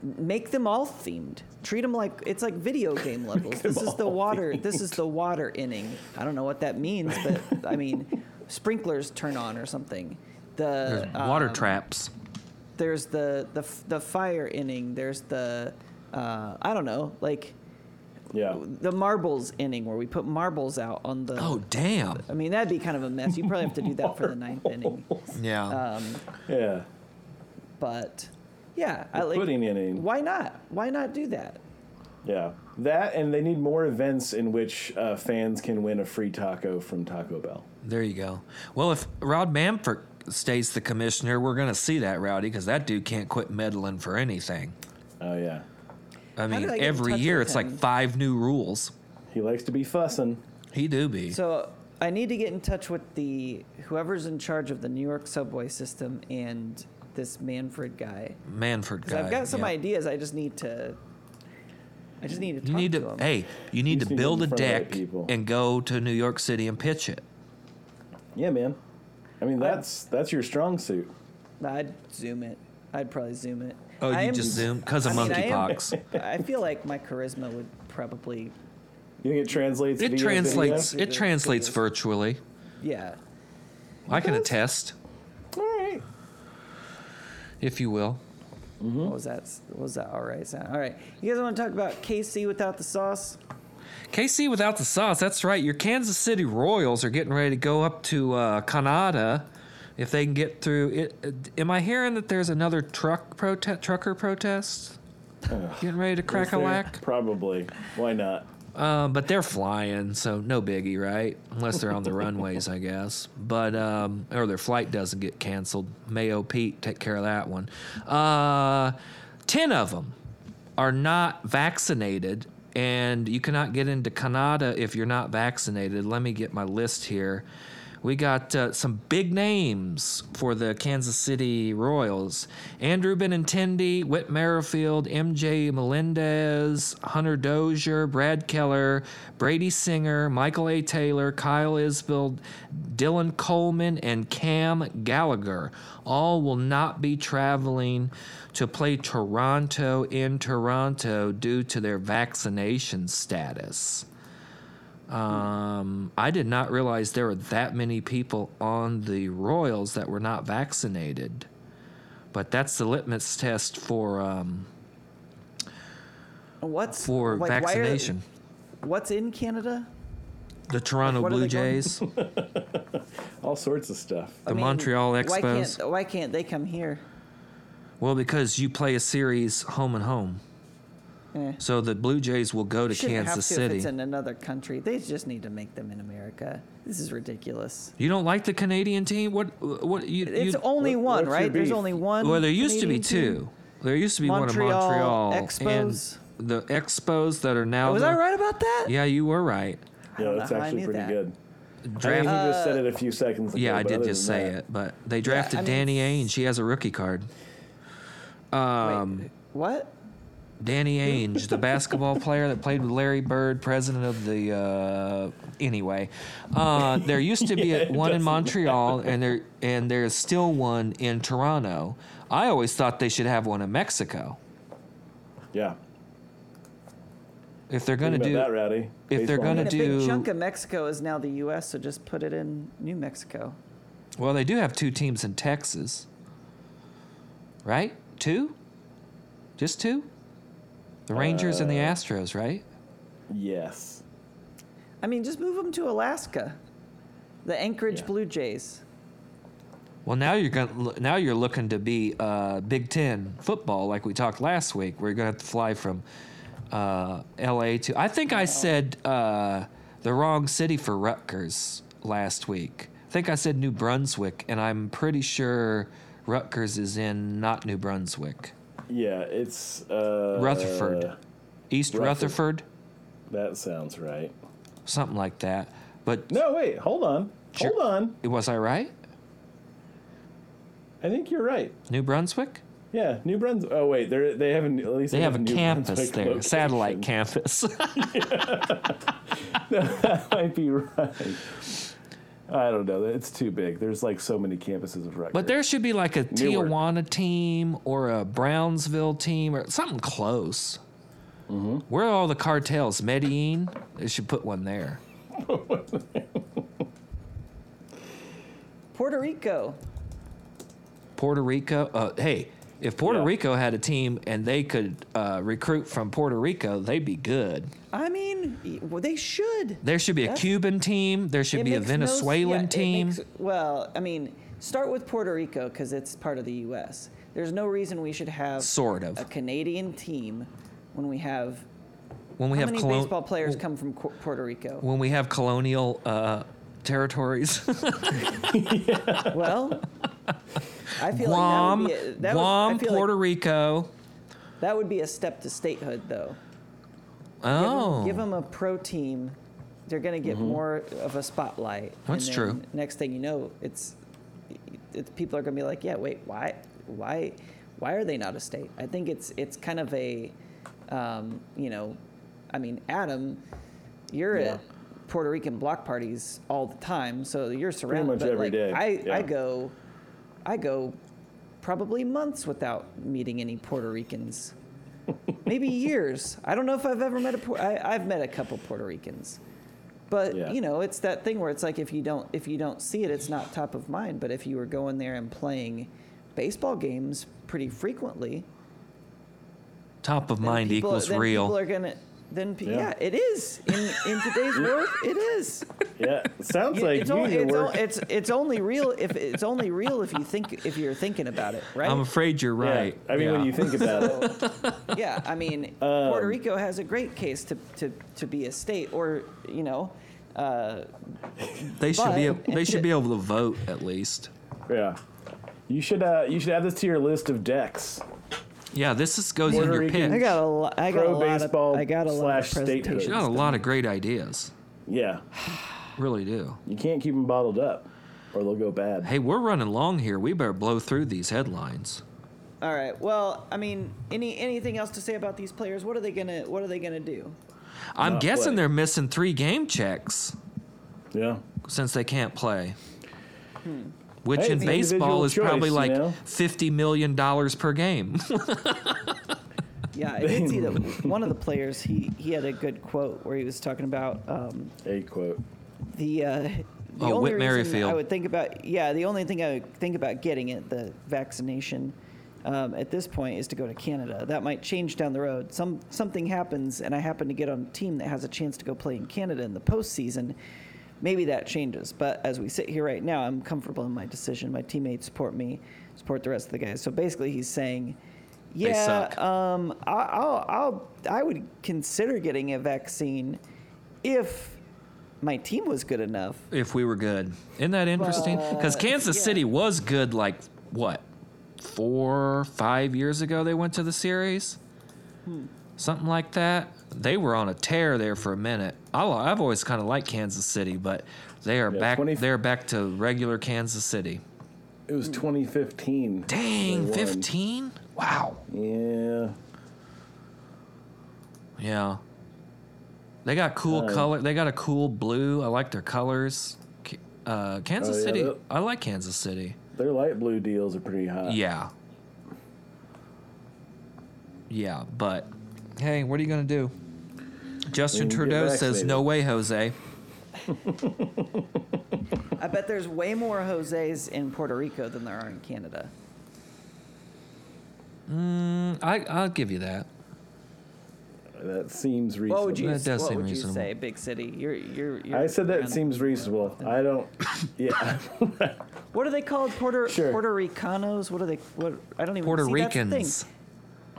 Speaker 1: make them all themed. Treat them like it's like video game levels. this is the water. This is the water inning. I don't know what that means, but I mean, sprinklers turn on or something. The
Speaker 2: there's water
Speaker 1: um,
Speaker 2: traps.
Speaker 1: There's the the f- the fire inning. There's the uh, I don't know, like
Speaker 3: Yeah.
Speaker 1: the marbles inning where we put marbles out on the.
Speaker 2: Oh damn.
Speaker 1: I mean, that'd be kind of a mess. You probably have to do that for the ninth inning.
Speaker 2: Yeah.
Speaker 1: Um,
Speaker 3: Yeah.
Speaker 1: but yeah, I like.
Speaker 3: pudding inning.
Speaker 1: Why not? Why not do that?
Speaker 3: Yeah. That, and they need more events in which uh, fans can win a free taco from Taco Bell.
Speaker 2: There you go. Well, if Rod Manfred stays the commissioner, we're going to see that, Rowdy, because that dude can't quit meddling for anything.
Speaker 3: Oh, yeah.
Speaker 2: I mean,
Speaker 1: did I get in
Speaker 2: every
Speaker 1: touch
Speaker 2: year
Speaker 1: with
Speaker 2: it's
Speaker 1: him?
Speaker 2: like five new rules.
Speaker 3: He likes to be fussing.
Speaker 2: He do be.
Speaker 1: So I need to get in touch with the whoever's in charge of the New York subway system and this Manfred guy.
Speaker 2: Manfred guy.
Speaker 1: Because I've got some
Speaker 2: yeah.
Speaker 1: ideas. I just need to. I just need to talk
Speaker 2: You need
Speaker 1: to,
Speaker 2: to,
Speaker 1: him.
Speaker 2: hey, you need to
Speaker 3: just need to
Speaker 2: build a
Speaker 3: get in front of the right
Speaker 2: deck
Speaker 3: people.
Speaker 2: and go to New York City and pitch it.
Speaker 3: Yeah, man. I mean, that's that's your strong suit.
Speaker 1: I'd zoom it. I'd probably zoom it.
Speaker 2: Oh,
Speaker 1: I
Speaker 2: you
Speaker 1: am-
Speaker 2: just zoom because of
Speaker 1: I mean, I am-
Speaker 2: monkeypox.
Speaker 1: I feel like my charisma would probably,
Speaker 3: You think it translates?
Speaker 2: It
Speaker 3: via
Speaker 2: translates.
Speaker 1: video?
Speaker 2: It translates virtually.
Speaker 1: yeah.
Speaker 2: I can attest,
Speaker 3: Video? All right.
Speaker 2: if you will.
Speaker 1: What was that? What was that? All right, sound. All right. You guys want to talk about KC without the sauce?
Speaker 2: KC without the sauce. That's right. Your Kansas City Royals are getting ready to go up to uh, Canada if they can get through. It, it- am I hearing that there's another truck prote- trucker protest? Getting ready to crack a
Speaker 3: Is there-
Speaker 2: lack.
Speaker 3: Probably. Why not?
Speaker 2: Um, but they're flying, so no biggie, right? Unless they're on the runways, I guess. But um, or their flight doesn't get canceled. Mayo Pete, take care of that one. Uh, ten of them are not vaccinated, and you cannot get into Canada if you're not vaccinated. Let me get my list here. We got uh, some big names for the Kansas City Royals Andrew Benintendi, Whit Merrifield, MJ Melendez, Hunter Dozier, Brad Keller, Brady Singer, Michael A. Taylor, Kyle Isfield, Dylan Coleman, and Cam Gallagher. All will not be traveling to play Toronto in Toronto due to their vaccination status. Um, I did not realize there were that many people on the Royals that were not vaccinated, but that's the litmus test for um,
Speaker 1: What's
Speaker 2: for
Speaker 1: like, why are-
Speaker 2: vaccination.
Speaker 1: what's in Canada?
Speaker 2: the Toronto
Speaker 1: what are
Speaker 2: Blue
Speaker 1: they going-
Speaker 2: Jays, the
Speaker 3: all sorts of stuff.
Speaker 1: I mean,
Speaker 2: Montreal
Speaker 1: Why
Speaker 2: Expos.
Speaker 1: can't, why can't they come here?
Speaker 2: Well, because you play a series home and home,
Speaker 1: Eh.
Speaker 2: so the Blue Jays will go to
Speaker 1: Shouldn't
Speaker 2: Kansas
Speaker 1: have to if
Speaker 2: City.
Speaker 1: it's in another country. They just need to make them in America. This is ridiculous.
Speaker 2: you don't like the Canadian team? What? What? You?
Speaker 1: It's
Speaker 2: you
Speaker 1: only
Speaker 3: What-
Speaker 1: one,
Speaker 3: what's your
Speaker 1: right? There's
Speaker 3: beef?
Speaker 1: only one.
Speaker 2: Well, there used to be
Speaker 1: Canadian team.
Speaker 2: two. There used to be
Speaker 1: Montreal
Speaker 2: one in Montreal
Speaker 1: Expos.
Speaker 2: and the Expos that are now.
Speaker 1: Was
Speaker 2: the-
Speaker 1: I right about that?
Speaker 2: Yeah, you were right.
Speaker 1: don't
Speaker 3: Yeah,
Speaker 1: know
Speaker 3: it's
Speaker 1: how I
Speaker 3: actually
Speaker 1: knew
Speaker 3: pretty
Speaker 1: that.
Speaker 3: good. I
Speaker 2: Draft. Uh,
Speaker 3: mean, he just said it a few seconds ago.
Speaker 2: yeah, I
Speaker 3: but
Speaker 2: did
Speaker 3: other
Speaker 2: just
Speaker 3: than
Speaker 2: say
Speaker 3: that-
Speaker 2: it, but they drafted
Speaker 1: I mean-
Speaker 2: Danny Ainge. He has a rookie card.
Speaker 1: Wait,
Speaker 2: Um,
Speaker 1: what?
Speaker 2: Danny Ainge, the basketball player that played with Larry Bird, president of the. Uh, anyway, uh, there used to be
Speaker 3: Yeah, it
Speaker 2: one in
Speaker 3: doesn't
Speaker 2: Montreal, and there and there is still one in Toronto. I always thought they should have one in Mexico.
Speaker 3: Yeah.
Speaker 2: If they're
Speaker 3: Think
Speaker 2: going to
Speaker 3: about
Speaker 2: do
Speaker 3: that, Rowdy.
Speaker 2: if they're
Speaker 3: Baseball
Speaker 2: gonna
Speaker 3: nut.
Speaker 1: And a big
Speaker 2: do-
Speaker 1: chunk of Mexico is now the U.S., so just put it in New Mexico.
Speaker 2: Well, they do have two teams in Texas, right? Two? Just two? The Rangers and the
Speaker 3: Uh,
Speaker 2: Astros, right?
Speaker 3: Yes.
Speaker 1: I mean, just move them to Alaska. The Anchorage
Speaker 3: Yeah.
Speaker 1: Blue Jays.
Speaker 2: Well, now you're going to now you're looking to be uh, Big Ten football, like we talked last week. We're going to have to fly from uh, L.A. to. I think I said uh, the wrong city for Rutgers last week. I think I said New Brunswick, and I'm pretty sure Rutgers is in not New Brunswick,
Speaker 3: Yeah, it's uh,
Speaker 2: Rutherford, East Rutherford.
Speaker 3: Rutherford. That sounds right.
Speaker 2: something like that. But
Speaker 3: No, wait, hold on.
Speaker 2: Sure.
Speaker 3: Hold on.
Speaker 2: was I right?
Speaker 3: I think you're right.
Speaker 2: New Brunswick?
Speaker 3: Yeah, New Brunswick. Oh wait, they they have an, at least
Speaker 2: They have a
Speaker 3: New
Speaker 2: campus
Speaker 3: Brunswick
Speaker 2: there,
Speaker 3: location.
Speaker 2: satellite campus.
Speaker 3: that might be right. I don't know. It's too big. There's like so many campuses of record.
Speaker 2: but there should be like a
Speaker 3: Newark.
Speaker 2: Tijuana team or a Brownsville team or something close.
Speaker 1: Mm-hmm.
Speaker 2: Where are all the cartels? Medellin? They should put one there.
Speaker 1: Puerto Rico.
Speaker 2: Puerto Rico. Uh, hey, if Puerto
Speaker 3: Yeah.
Speaker 2: Rico had a team and they could uh, recruit from Puerto Rico, they'd be good.
Speaker 1: I mean, y- well, they should.
Speaker 2: There should be a
Speaker 1: That's-
Speaker 2: Cuban team. There should
Speaker 1: It
Speaker 2: be a
Speaker 1: makes no s-
Speaker 2: Venezuelan
Speaker 1: yeah, it
Speaker 2: team.
Speaker 1: makes- well, I mean, start with Puerto Rico because it's part of the U.S. There's no reason we should have
Speaker 2: Sort of.
Speaker 1: a Canadian team when we have.
Speaker 2: when we
Speaker 1: how
Speaker 2: have
Speaker 1: many
Speaker 2: colon-
Speaker 1: baseball players come from Co- Puerto Rico?
Speaker 2: when we have colonial uh, territories.
Speaker 1: well, I feel
Speaker 2: Guam,
Speaker 1: like that would be a, that
Speaker 2: Guam,
Speaker 1: would, I feel like
Speaker 2: Puerto Rico.
Speaker 1: that would be a step to statehood, though.
Speaker 2: Oh,
Speaker 1: Give them a pro team. They're going to get
Speaker 3: Mm-hmm.
Speaker 1: more of a spotlight. and
Speaker 2: That's
Speaker 1: then
Speaker 2: true.
Speaker 1: Next thing you know, it's, it's people are going to be like, yeah, wait, why, why, why are they not a state? I think it's it's kind of a, um, you know, I mean, Adam, you're
Speaker 3: Yeah.
Speaker 1: at Puerto Rican block parties all the time, so you're surrounded.
Speaker 3: much
Speaker 1: but
Speaker 3: every
Speaker 1: like,
Speaker 3: day,
Speaker 1: I I
Speaker 3: yeah.
Speaker 1: go, I go, probably months without meeting any Puerto Ricans maybe years. I don't know if I've ever met a Puer- I, I've met a couple Puerto Ricans, but
Speaker 3: Yeah.
Speaker 1: you know, it's that thing where it's like if you don't if you don't see it, it's not top of mind. But if you were going there and playing baseball games pretty frequently,
Speaker 2: top of
Speaker 1: then
Speaker 2: mind
Speaker 1: people-
Speaker 2: equals
Speaker 1: then People
Speaker 2: real.
Speaker 1: are gonna then pe- yeah.
Speaker 3: Yeah.
Speaker 1: it is in in today's world it is.
Speaker 3: yeah, it sounds
Speaker 1: You-
Speaker 3: like
Speaker 1: it's,
Speaker 3: you
Speaker 1: on-
Speaker 3: need to
Speaker 1: it's,
Speaker 3: work.
Speaker 1: on- it's it's only real if it's only real if you think if you're thinking about it, right?
Speaker 2: I'm afraid you're
Speaker 3: Yeah,
Speaker 2: right.
Speaker 3: I mean, when
Speaker 2: Yeah.
Speaker 3: you think about it,
Speaker 1: yeah, I mean,
Speaker 3: Um,
Speaker 1: Puerto Rico has a great case to, to, to be a state, or you know, uh,
Speaker 2: they should be
Speaker 1: but-
Speaker 2: they should be able to vote at least.
Speaker 3: yeah, you should uh, you should add this to your list of decks.
Speaker 2: Yeah, this is, goes in
Speaker 3: Puerto
Speaker 2: your
Speaker 3: Rican-
Speaker 1: I
Speaker 2: pick.
Speaker 1: got a lot. I got a
Speaker 3: Pro
Speaker 1: lot
Speaker 3: baseball
Speaker 1: of. I got a lot of
Speaker 3: slash statehood.
Speaker 2: You
Speaker 1: presentation.
Speaker 2: got a lot of great ideas.
Speaker 3: Yeah,
Speaker 2: Really do.
Speaker 3: you can't keep them bottled up, or they'll go bad.
Speaker 2: Hey, we're running long here. We better blow through these headlines.
Speaker 1: All right. Well, I mean, any anything else to say about these players? What are they gonna What are they gonna do?
Speaker 2: I'm
Speaker 3: Not
Speaker 2: guessing
Speaker 3: play.
Speaker 2: they're missing three game checks
Speaker 3: Yeah,
Speaker 2: since they can't play.
Speaker 1: Hmm.
Speaker 2: Which
Speaker 3: Hey,
Speaker 2: in
Speaker 3: it's an individual
Speaker 2: baseball is probably
Speaker 3: choice,
Speaker 2: like
Speaker 3: you know?
Speaker 2: fifty million dollars per game.
Speaker 1: Yeah, I did see that one of the players he he had a good quote where he was talking about um,
Speaker 3: a quote.
Speaker 1: the. Uh, the
Speaker 2: Oh,
Speaker 1: only
Speaker 2: Whit
Speaker 1: reason
Speaker 2: Merrifield.
Speaker 1: I would think about yeah. The only thing I would think about getting it the vaccination um, at this point is to go to Canada. That might change down the road. Some something happens and I happen to get on a team that has a chance to go play in Canada in the postseason. Maybe that changes. But as we sit here right now, I'm comfortable in my decision. My teammates support me, support the rest of the guys. So basically, he's saying. Yeah,
Speaker 2: suck.
Speaker 1: um, I, I'll, I'll, I would consider getting a vaccine if my team was good enough.
Speaker 2: if we were good, isn't that interesting? Because
Speaker 1: But,
Speaker 2: Kansas
Speaker 1: yeah.
Speaker 2: City was good, like what, four, five years ago? They went to the series, something like that. They were on a tear there for a minute. I, li- I've always kind of liked Kansas City, but they are
Speaker 3: Yeah,
Speaker 2: back.
Speaker 3: 20
Speaker 2: they're back to regular Kansas City.
Speaker 3: It was 2015. They
Speaker 2: Dang,
Speaker 3: won.
Speaker 2: fifteen! Wow.
Speaker 3: Yeah.
Speaker 2: Yeah. They got cool
Speaker 3: Uh,
Speaker 2: color. They got a cool blue. I like their colors. K- Uh, Kansas
Speaker 3: Oh, yeah,
Speaker 2: City.
Speaker 3: that-
Speaker 2: I like Kansas City.
Speaker 3: Their light blue deals are pretty high.
Speaker 2: Yeah. Yeah, but hey, what are you gonna do? Justin
Speaker 3: Get
Speaker 2: Trudeau says,
Speaker 3: vaccinated.
Speaker 2: "No way, Jose."
Speaker 1: I bet there's way more Jose's in Puerto Rico than there are in Canada.
Speaker 2: Mm, I I'll give you that.
Speaker 3: That seems reasonable.
Speaker 1: What would you?
Speaker 2: That does
Speaker 1: what
Speaker 2: seem
Speaker 1: would
Speaker 2: reasonable.
Speaker 1: you say, big city? You're, you're, you're
Speaker 3: I said that
Speaker 1: around-
Speaker 3: seems reasonable. I don't. Yeah.
Speaker 1: What are they called? Puerto
Speaker 3: Sure.
Speaker 1: Puerto Ricanos? What are they? What I don't even.
Speaker 2: Puerto
Speaker 1: see, that's the thing.
Speaker 2: Ricans.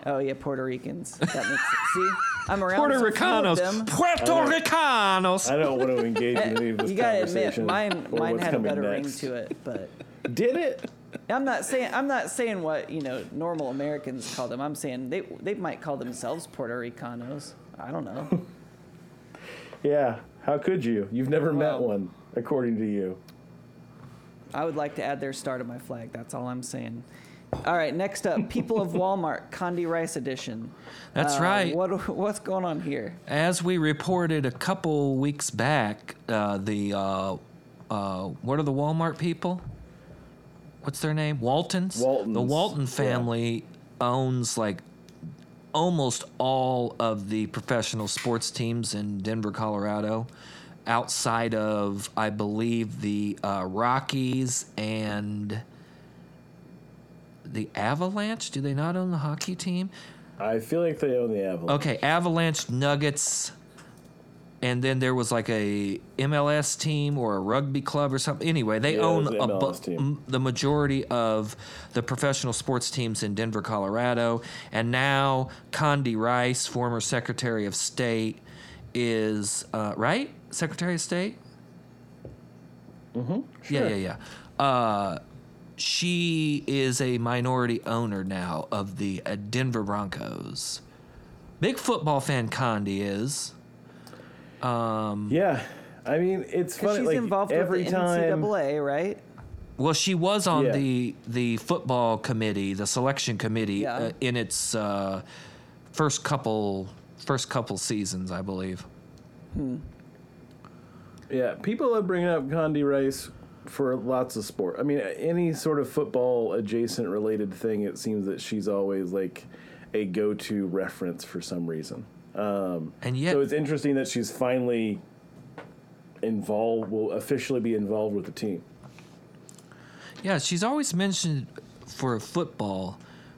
Speaker 1: Oh yeah, Puerto Ricans. That makes sense. See, I'm around
Speaker 2: Puerto
Speaker 1: some of them.
Speaker 2: Ricanos. Puerto
Speaker 3: I know.
Speaker 2: Ricanos.
Speaker 3: I don't want to engage in any of this
Speaker 1: You gotta admit,
Speaker 3: conversation.
Speaker 1: mine
Speaker 3: or
Speaker 1: mine
Speaker 3: what's
Speaker 1: had a
Speaker 3: coming
Speaker 1: better
Speaker 3: next.
Speaker 1: ring to it, but.
Speaker 3: Did it?
Speaker 1: I'm not saying I'm not saying what you know normal Americans call them. I'm saying they they might call themselves Puerto Ricanos. I don't know.
Speaker 3: Yeah. How could you? You've never met
Speaker 1: Well-
Speaker 3: one, according to you.
Speaker 1: I would like to add their star to my flag. That's all I'm saying. All right, next up, people of Walmart, Condi Rice edition. Uh,
Speaker 2: That's right.
Speaker 1: What what's going on here?
Speaker 2: As we reported a couple weeks back, uh, the uh, uh, what are the Walmart people? What's their name? Waltons. The
Speaker 3: Waltons,
Speaker 2: Walton
Speaker 3: yeah.
Speaker 2: family owns like almost all of the professional sports teams in Denver, Colorado, outside of I believe the uh, Rockies and the Avalanche. Do they not own the hockey team?
Speaker 3: I feel like they own the Avalanche.
Speaker 2: Okay, Avalanche Nuggets, and then there was like a MLS team or a rugby club or something. Anyway, they
Speaker 3: Yeah, it
Speaker 2: own
Speaker 3: was the
Speaker 2: a bu-
Speaker 3: MLS team.
Speaker 2: m- the majority of the professional sports teams in Denver, Colorado, and now Condi Rice, former Secretary of State, is uh, right Secretary of State. Mm-hmm. Yeah, yeah, yeah. Uh, she is a minority owner now of the uh, Denver Broncos. Big football fan Condi is.
Speaker 3: Yeah. I mean, it's
Speaker 1: 'Cause
Speaker 3: funny.
Speaker 1: she's
Speaker 3: like,
Speaker 1: involved
Speaker 3: every
Speaker 1: with the
Speaker 3: time.
Speaker 1: NCAA, right?
Speaker 2: Well, she was on
Speaker 3: Yeah.
Speaker 2: the the football committee, the selection committee,
Speaker 1: Yeah.
Speaker 2: uh, in its uh, first couple first couple seasons, I believe.
Speaker 3: Yeah, people are bringing up Condi Rice for lots of sport. I mean, any sort of football adjacent related thing, it seems that she's always like a go to reference for some reason. Um,
Speaker 2: And yet,
Speaker 3: so it's interesting that she's finally involved, will officially be involved with the team.
Speaker 2: yeah, she's always mentioned for football,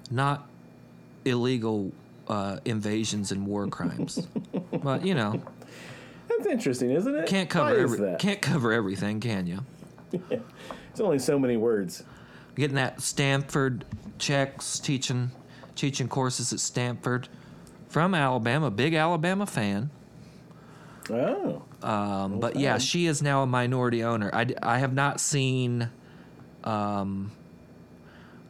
Speaker 2: not illegal uh, invasions and war crimes. but you know,
Speaker 3: That's interesting, isn't it?
Speaker 2: can't
Speaker 3: Why
Speaker 2: cover
Speaker 3: is
Speaker 2: every,
Speaker 3: that?
Speaker 2: can't cover everything, can you?
Speaker 3: It's only so many words.
Speaker 2: Getting that Stanford checks, teaching teaching courses at Stanford from Alabama, big Alabama fan.
Speaker 3: Oh,
Speaker 2: Um, but yeah, she is now a minority owner. I, d- I have not seen, um,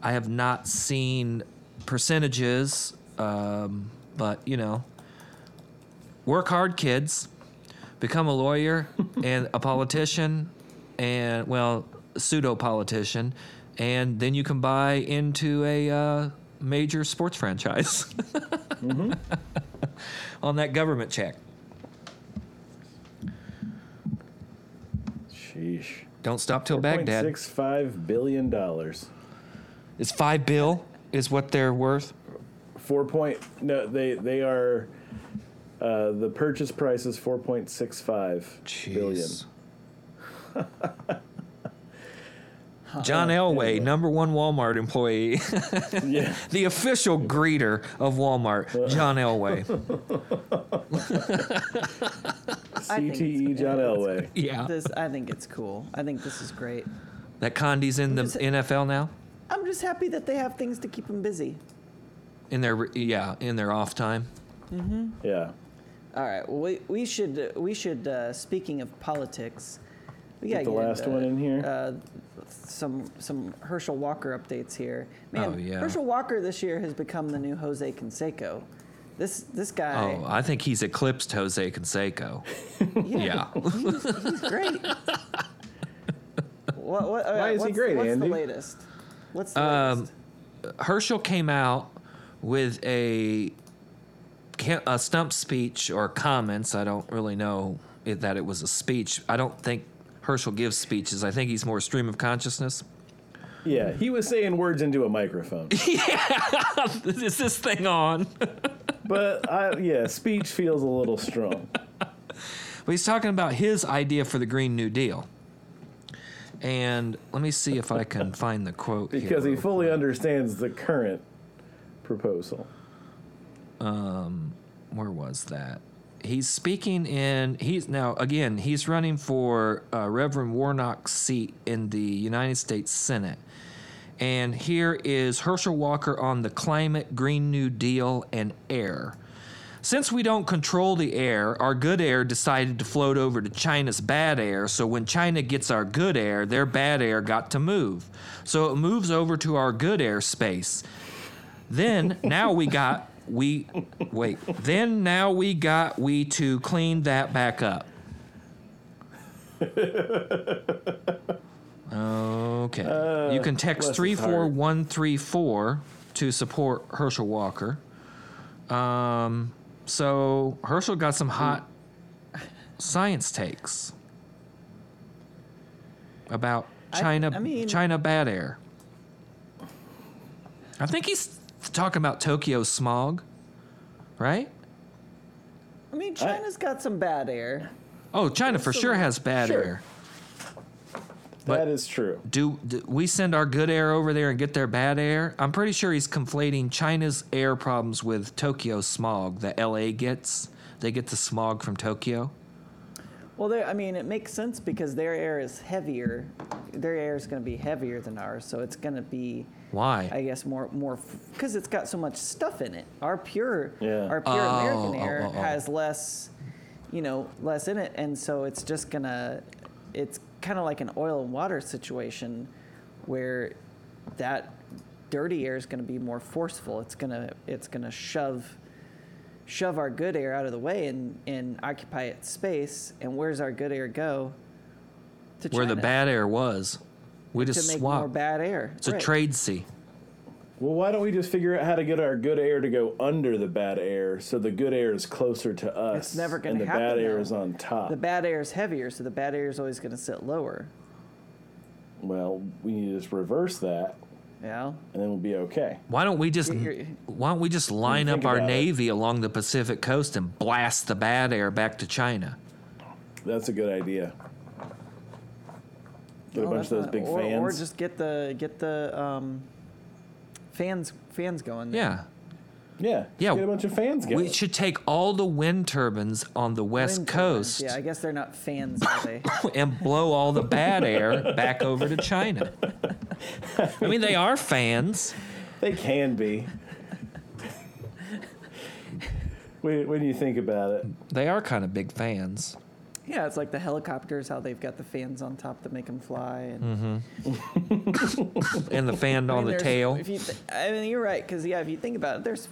Speaker 2: I have not seen percentages, um, but you know, work hard, kids. Become a lawyer and a politician, and well, pseudo politician, and then you can buy into a uh, major sports franchise on that government check.
Speaker 3: Sheesh.
Speaker 2: Don't stop till Baghdad.
Speaker 3: $4.65 billion. dollars.
Speaker 2: It's five bill is what they're worth.
Speaker 3: Four point, no, they, they are, uh, the purchase price is four point six five
Speaker 2: Jeez.
Speaker 3: billion.
Speaker 2: John Elway, number one Walmart employee,
Speaker 3: Yeah.
Speaker 2: the official greeter of Walmart, John Elway.
Speaker 1: think it's
Speaker 3: CTE E John
Speaker 1: good.
Speaker 3: Elway.
Speaker 2: Yeah,
Speaker 1: This I think it's cool. I think this is great.
Speaker 2: that Condi's in the
Speaker 1: Is it-
Speaker 2: NFL now.
Speaker 1: I'm just happy that they have things to keep them busy.
Speaker 2: In their yeah, in their off time.
Speaker 3: Yeah.
Speaker 1: All right. Well, we, we should we should uh, speaking of politics, we gotta
Speaker 3: Get the last
Speaker 1: into,
Speaker 3: one in here.
Speaker 1: Uh, some some Herschel Walker updates here. Man,
Speaker 2: Oh, yeah.
Speaker 1: Herschel Walker this year has become the new Jose Canseco. This this guy,
Speaker 2: Oh, I think he's eclipsed Jose Canseco. Oh, yeah,
Speaker 1: he's great. what, what, uh,
Speaker 3: Why is he
Speaker 1: what's-
Speaker 3: great,
Speaker 1: What's
Speaker 3: Andy?
Speaker 1: the latest? What's the
Speaker 2: Um,
Speaker 1: latest?
Speaker 2: Herschel came out with a ca- a stump speech or comments. I don't really know if that it was a speech. I don't think Herschel gives speeches. I think he's more stream of consciousness.
Speaker 3: Yeah. He was saying words into a microphone.
Speaker 2: Is this thing on? but
Speaker 3: but, I, yeah, speech feels a little strong.
Speaker 2: he's talking about his idea for the Green New Deal. And let me see if I can find the quote here
Speaker 3: Because he
Speaker 2: real
Speaker 3: fully understands the current proposal.
Speaker 2: where was that? He's speaking in he's now again he's running for uh, Reverend Warnock's seat in the United States Senate, and here is Herschel Walker on the climate, Green New Deal, and air. Since we don't control the air, our good air decided to float over to China's bad air, so when China gets our good air, their bad air got to move. So it moves over to our good air space. Then now we got we wait. Then now we got we to clean that back up. Okay. you can text
Speaker 3: Uh, bless his
Speaker 2: three four one three four to support Herschel Walker. Um, so Herschel got some hot science takes about
Speaker 1: I-
Speaker 2: China.
Speaker 1: I mean-
Speaker 2: China bad air. I think he's talking about Tokyo smog, right?
Speaker 1: I mean, China's got some bad air.
Speaker 2: Oh, China for sure has bad
Speaker 3: Sure.
Speaker 2: air. But-
Speaker 3: that is true.
Speaker 2: Do, do we send our good air over there and get their bad air? I'm pretty sure he's conflating China's air problems with Tokyo smog that LA gets. They get the smog from Tokyo.
Speaker 1: Well, there. I mean, it makes sense because their air is heavier. Their air is going to be heavier than ours, so it's going to be,
Speaker 2: Why?
Speaker 1: I guess, more more because it's got so much stuff in it. Our pure,
Speaker 3: Yeah.
Speaker 1: our pure
Speaker 2: Oh,
Speaker 1: American
Speaker 2: oh,
Speaker 1: air
Speaker 2: oh, oh.
Speaker 1: has less, you know, less in it, and so it's just gonna. It's kind of like an oil and water situation, where that dirty air is going to be more forceful. It's gonna it's gonna shove shove our good air out of the way and, and occupy its space. And where's our good air go? To
Speaker 2: Where the
Speaker 1: China,
Speaker 2: bad air was, we
Speaker 1: to
Speaker 2: just
Speaker 1: make more
Speaker 2: swapped.
Speaker 1: bad air.
Speaker 2: It's a
Speaker 1: Right.
Speaker 2: trade sea.
Speaker 3: Well, why don't we just figure out how to get our good air to go under the bad air so the good air is closer to us?
Speaker 1: It's never gonna
Speaker 3: And the bad
Speaker 1: happen,
Speaker 3: air
Speaker 1: though.
Speaker 3: is on top.
Speaker 1: The bad air is heavier, so the bad air is always going to sit lower.
Speaker 3: well, we need to just reverse that
Speaker 1: You know?
Speaker 3: and then we'll be okay.
Speaker 2: Why don't we
Speaker 3: Mm-hmm.
Speaker 2: just
Speaker 1: You're- you're-
Speaker 2: why don't we just line
Speaker 3: think
Speaker 2: up our
Speaker 3: about it.
Speaker 2: navy along the Pacific coast and blast the bad air back to China?
Speaker 3: That's a good idea. Get
Speaker 1: Oh,
Speaker 3: a bunch of
Speaker 1: that's
Speaker 3: those
Speaker 1: not-
Speaker 3: big
Speaker 1: or,
Speaker 3: fans.
Speaker 1: Or just get the get the um, fans fans going. there.
Speaker 2: Yeah.
Speaker 3: yeah, just
Speaker 2: Yeah.
Speaker 3: Get a bunch of fans going.
Speaker 2: We should take all the wind turbines on the west
Speaker 1: Wind turbines.
Speaker 2: coast
Speaker 1: Yeah, I guess they're not fans, are they?
Speaker 2: and blow all the bad air back over to China. I mean, they are fans.
Speaker 3: They can be. when, when you think about it,
Speaker 2: They are kind of big fans.
Speaker 1: yeah, it's like the helicopters, how they've got the fans on top that make them fly, and
Speaker 2: and the fan
Speaker 1: I mean,
Speaker 2: on Mm-hmm. the
Speaker 1: there's-
Speaker 2: tail.
Speaker 1: If you th- I mean, you're right because yeah, if you think about it, there's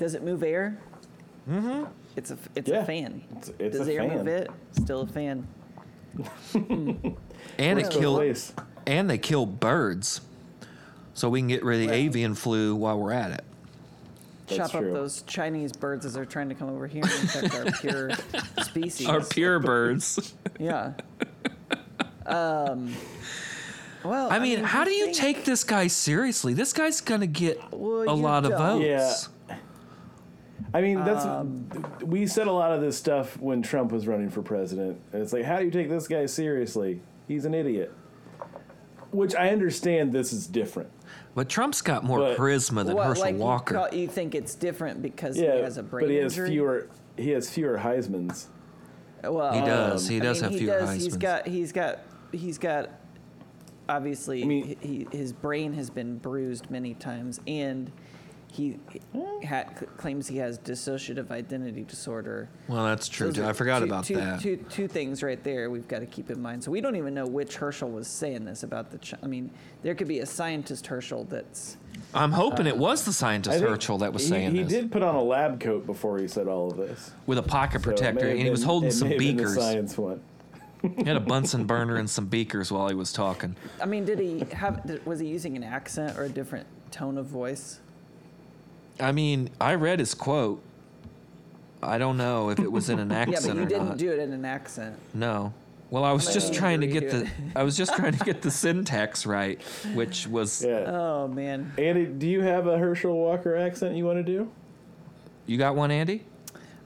Speaker 1: does it move air? Mm-hmm. It's a f- it's
Speaker 3: Yeah.
Speaker 1: a fan.
Speaker 3: It's- it's
Speaker 1: does
Speaker 3: a
Speaker 1: air
Speaker 3: fan.
Speaker 1: move it? Still a fan.
Speaker 2: and it
Speaker 3: Works both
Speaker 2: kill
Speaker 3: ways.
Speaker 2: and they kill birds, so we can get rid of the
Speaker 1: Well.
Speaker 2: avian flu while we're at it.
Speaker 3: That's
Speaker 1: Chop
Speaker 3: true.
Speaker 1: up those Chinese birds as they're trying to come over here and infect our pure species.
Speaker 2: Our pure birds.
Speaker 1: yeah. Um. Well,
Speaker 2: I mean, how do you
Speaker 1: think-
Speaker 2: take this guy seriously? This guy's gonna get
Speaker 1: Well,
Speaker 2: a
Speaker 1: you
Speaker 2: lot of
Speaker 1: don't.
Speaker 2: votes.
Speaker 3: Yeah. I mean, that's
Speaker 1: Um,
Speaker 3: we said a lot of this stuff when Trump was running for president, and it's like, how do you take this guy seriously? He's an idiot. Which I understand. This is different.
Speaker 2: But Trump's got more
Speaker 3: But-
Speaker 2: charisma than
Speaker 1: What,
Speaker 2: Herschel
Speaker 1: like you
Speaker 2: Walker.
Speaker 1: call- You, think it's different because
Speaker 3: Yeah,
Speaker 1: he has a brain
Speaker 3: but he has
Speaker 1: injury?
Speaker 3: fewer. He has fewer Heisman's.
Speaker 1: Well, um,
Speaker 2: he does.
Speaker 1: I
Speaker 2: He does
Speaker 1: mean,
Speaker 2: have
Speaker 1: he
Speaker 2: fewer
Speaker 1: does. He's
Speaker 2: Heismans.
Speaker 1: got. He's got. He's got. Obviously,
Speaker 3: I mean-
Speaker 1: he, his brain has been bruised many times, and he ha- claims he has dissociative identity disorder.
Speaker 2: well, that's true.
Speaker 1: Those
Speaker 2: Too.
Speaker 1: are
Speaker 2: I forgot
Speaker 1: two-
Speaker 2: about
Speaker 1: two-
Speaker 2: that.
Speaker 1: Two, two things right there we've got to keep in mind. So we don't even know which Herschel was saying this about the. Ch- I mean, there could be a scientist Herschel that's.
Speaker 2: I'm hoping it was the
Speaker 3: I
Speaker 2: scientist
Speaker 3: think
Speaker 2: Herschel that was
Speaker 3: he-
Speaker 2: saying
Speaker 3: he,
Speaker 2: this
Speaker 3: did put on a lab coat before he said all of this.
Speaker 2: with a pocket
Speaker 3: So it may
Speaker 2: protector,
Speaker 3: have
Speaker 2: and he was
Speaker 3: been-
Speaker 2: holding
Speaker 3: it
Speaker 2: some
Speaker 3: may have been the
Speaker 2: beakers.
Speaker 3: science one.
Speaker 2: He had a Bunsen burner and some beakers while he was talking.
Speaker 1: I mean, did he have? Did, was he using an accent or a different tone of voice?
Speaker 2: I mean, I read his quote. I don't know if it was in an accent
Speaker 1: yeah, but you
Speaker 2: or
Speaker 1: didn't
Speaker 2: not.
Speaker 1: do it in an accent.
Speaker 2: no. Well, I was just
Speaker 1: Maybe
Speaker 2: trying to get
Speaker 1: redo
Speaker 2: the I was just trying to get the syntax right, which was
Speaker 3: Yeah.
Speaker 1: Oh man.
Speaker 3: Andy, do you have a Herschel Walker accent you want to do?
Speaker 2: You got one, Andy?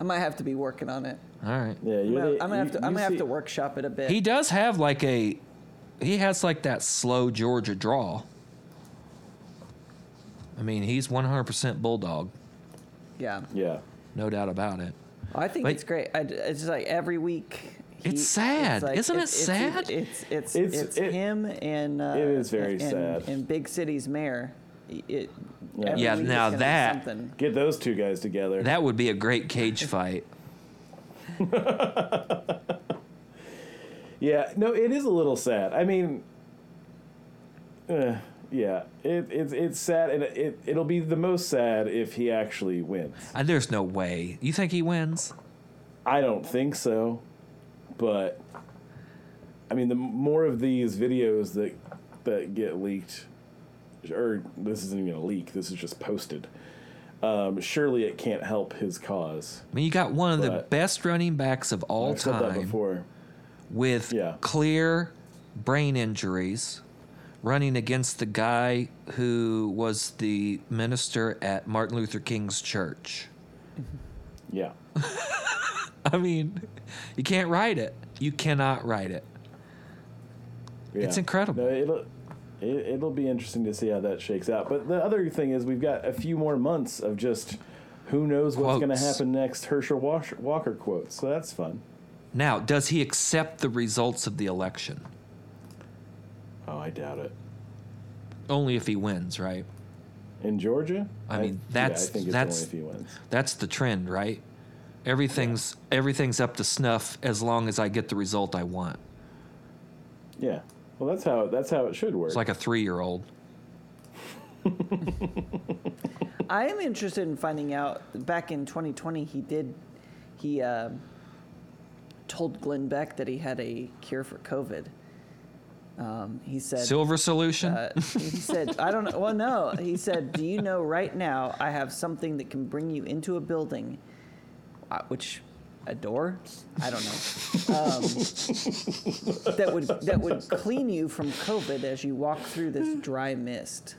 Speaker 1: I might have to be working on it.
Speaker 2: All right.
Speaker 3: Yeah,
Speaker 1: I'm
Speaker 3: you're
Speaker 1: gonna,
Speaker 3: the-
Speaker 1: I'm gonna have
Speaker 3: you-
Speaker 1: to.
Speaker 3: you
Speaker 1: I'm gonna have
Speaker 3: see-
Speaker 1: to workshop it a bit.
Speaker 2: He does have like a he has like that slow Georgia draw. I mean, he's 100% bulldog,
Speaker 1: yeah,
Speaker 3: Yeah.
Speaker 2: no doubt about it.
Speaker 1: I think
Speaker 2: Like-
Speaker 1: it's great. I, it's just like every week.
Speaker 2: It's sad. Isn't it
Speaker 1: it's- e,
Speaker 2: sad?
Speaker 1: It's it's it's,
Speaker 3: It's- it-
Speaker 1: him and uh,
Speaker 3: it is very
Speaker 1: and,
Speaker 3: sad.
Speaker 1: And big city's mayor. It,
Speaker 3: Yeah.
Speaker 1: every
Speaker 2: Yeah,
Speaker 1: week is
Speaker 2: now
Speaker 1: gonna be
Speaker 2: that-
Speaker 1: something.
Speaker 3: Get those two guys together.
Speaker 2: That would be a great cage fight.
Speaker 3: Yeah, no, it is a little sad. I mean, uh, yeah, it, it's it's sad, and it it'll be the most sad if he actually wins.
Speaker 2: Uh, There's no way. You think he wins?
Speaker 3: I don't think so, but I mean, the more of these videos that that get leaked, or this isn't even a leak. This is just posted. Um, surely it can't help his cause.
Speaker 2: I mean, you got one of the
Speaker 3: But-
Speaker 2: best running backs of all
Speaker 3: I've said that
Speaker 2: time
Speaker 3: before.
Speaker 2: with
Speaker 3: Yeah.
Speaker 2: clear brain injuries running against the guy who was the minister at Martin Luther King's church.
Speaker 3: Yeah,
Speaker 2: I mean, you can't write it. You cannot write it.
Speaker 3: Yeah.
Speaker 2: It's incredible.
Speaker 3: No, it'll it, it'll be interesting to see how that shakes out. But the other thing is, we've got a few more months of just who knows what's going to
Speaker 2: Quotes.
Speaker 3: happen next. Herschel Wash- Walker quotes, so that's fun.
Speaker 2: Now, does he accept the results of the election?
Speaker 3: Oh, I doubt it.
Speaker 2: Only if he wins, right?
Speaker 3: In Georgia,
Speaker 2: I mean, that's-
Speaker 3: yeah, I think it's
Speaker 2: that's-
Speaker 3: only if he wins.
Speaker 2: That's the trend, right? Everything's everything's up to snuff as long as I get the result I want.
Speaker 3: Yeah. Well, that's how that's how it should work.
Speaker 2: It's like a 3-year-old.
Speaker 1: I am interested in finding out. Back in 2020, he did. He uh, told Glenn Beck that he had a cure for COVID. Um, he said
Speaker 2: Silver solution?
Speaker 1: Uh, he said, I don't know. Well, no. He said, Do you know right now I have something that can bring you into a building, uh, which a door? I don't know. Um, that would that would clean you from COVID as you walk through this dry mist.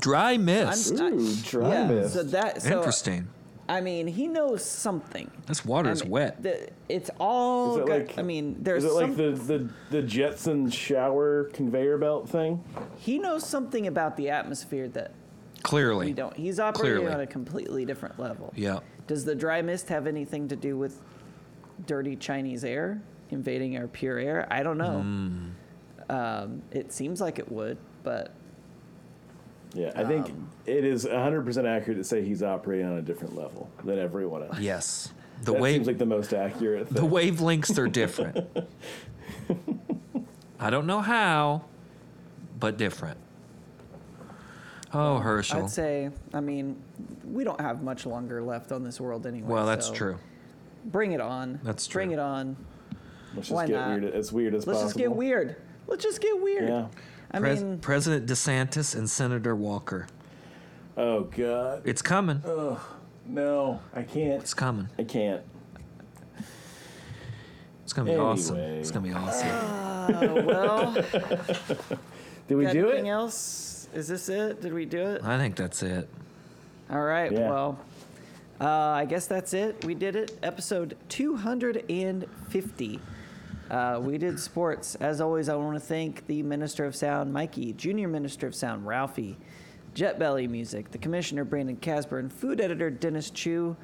Speaker 2: Dry mist.
Speaker 1: I-
Speaker 3: Ooh, dry
Speaker 1: yeah,
Speaker 3: mist.
Speaker 1: So that so uh,
Speaker 2: Interesting.
Speaker 1: I mean, he knows something.
Speaker 2: This water
Speaker 1: I
Speaker 2: is
Speaker 1: mean,
Speaker 2: wet.
Speaker 1: the- it's all.
Speaker 3: Is it
Speaker 1: got-
Speaker 3: like-
Speaker 1: I mean,
Speaker 3: is
Speaker 1: there's
Speaker 3: it like
Speaker 1: some-
Speaker 3: the, the, the Jetson shower conveyor belt thing?
Speaker 1: he knows something about the atmosphere that
Speaker 2: Clearly.
Speaker 1: We don't. He's operating
Speaker 2: Clearly.
Speaker 1: on a completely different level.
Speaker 2: Yeah.
Speaker 1: Does the dry mist have anything to do with dirty Chinese air invading our pure air? I don't know.
Speaker 2: Hmm.
Speaker 1: Um, it seems like it would, but
Speaker 3: Yeah, I think it is 100% accurate to say he's operating on a different level than everyone else.
Speaker 2: Yes. The
Speaker 3: that
Speaker 2: wave
Speaker 3: seems like the most accurate
Speaker 2: the
Speaker 3: thing.
Speaker 2: wavelengths are different. I don't know how, but different. Oh, Herschel.
Speaker 1: I'd say, I mean, we don't have much longer left on this world anyway.
Speaker 2: well, that's
Speaker 1: so
Speaker 2: true.
Speaker 1: Bring it on.
Speaker 2: That's
Speaker 1: Bring
Speaker 2: true.
Speaker 1: it on.
Speaker 3: Let's
Speaker 1: why
Speaker 3: just get
Speaker 1: not?
Speaker 3: weird as weird as
Speaker 1: Let's
Speaker 3: possible.
Speaker 1: just get weird. Let's just get weird.
Speaker 3: Yeah.
Speaker 1: I
Speaker 2: Pres-
Speaker 1: mean,
Speaker 2: President DeSantis and Senator Walker.
Speaker 3: Oh god.
Speaker 2: It's coming.
Speaker 3: No, I can't.
Speaker 2: It's coming.
Speaker 3: I can't.
Speaker 2: It's gonna be awesome. It's gonna be awesome.
Speaker 1: uh, well,
Speaker 3: Did we
Speaker 1: got
Speaker 3: do
Speaker 1: anything
Speaker 3: it?
Speaker 1: else? Is this it? Did we do it?
Speaker 2: I think that's it.
Speaker 1: All right.
Speaker 3: Yeah.
Speaker 1: Well, uh, I guess that's it. We did it. Episode 250. Uh, we did sports. As always, I want to thank the Minister of Sound, Mikey, Junior Minister of Sound, Ralphie, Jet Belly Music, the Commissioner, Brandon Casper, and Food Editor, Dennis Chu,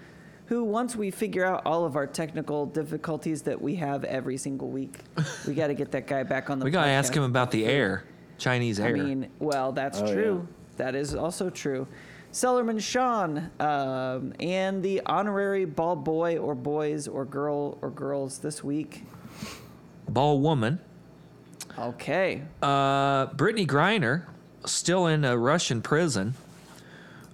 Speaker 1: who, once we figure out all of our technical difficulties that we have every single week, we got to get that guy back on the
Speaker 2: We gotta
Speaker 1: podcast.
Speaker 2: ask him about the air, Chinese air.
Speaker 1: I mean, well, that's
Speaker 3: Oh,
Speaker 1: true. That is also true. Sellerman Sean um, and the honorary ball boy or boys or girl or girls this week.
Speaker 2: Ball woman.
Speaker 1: Okay.
Speaker 2: Uh, Brittany Griner, still in a Russian prison.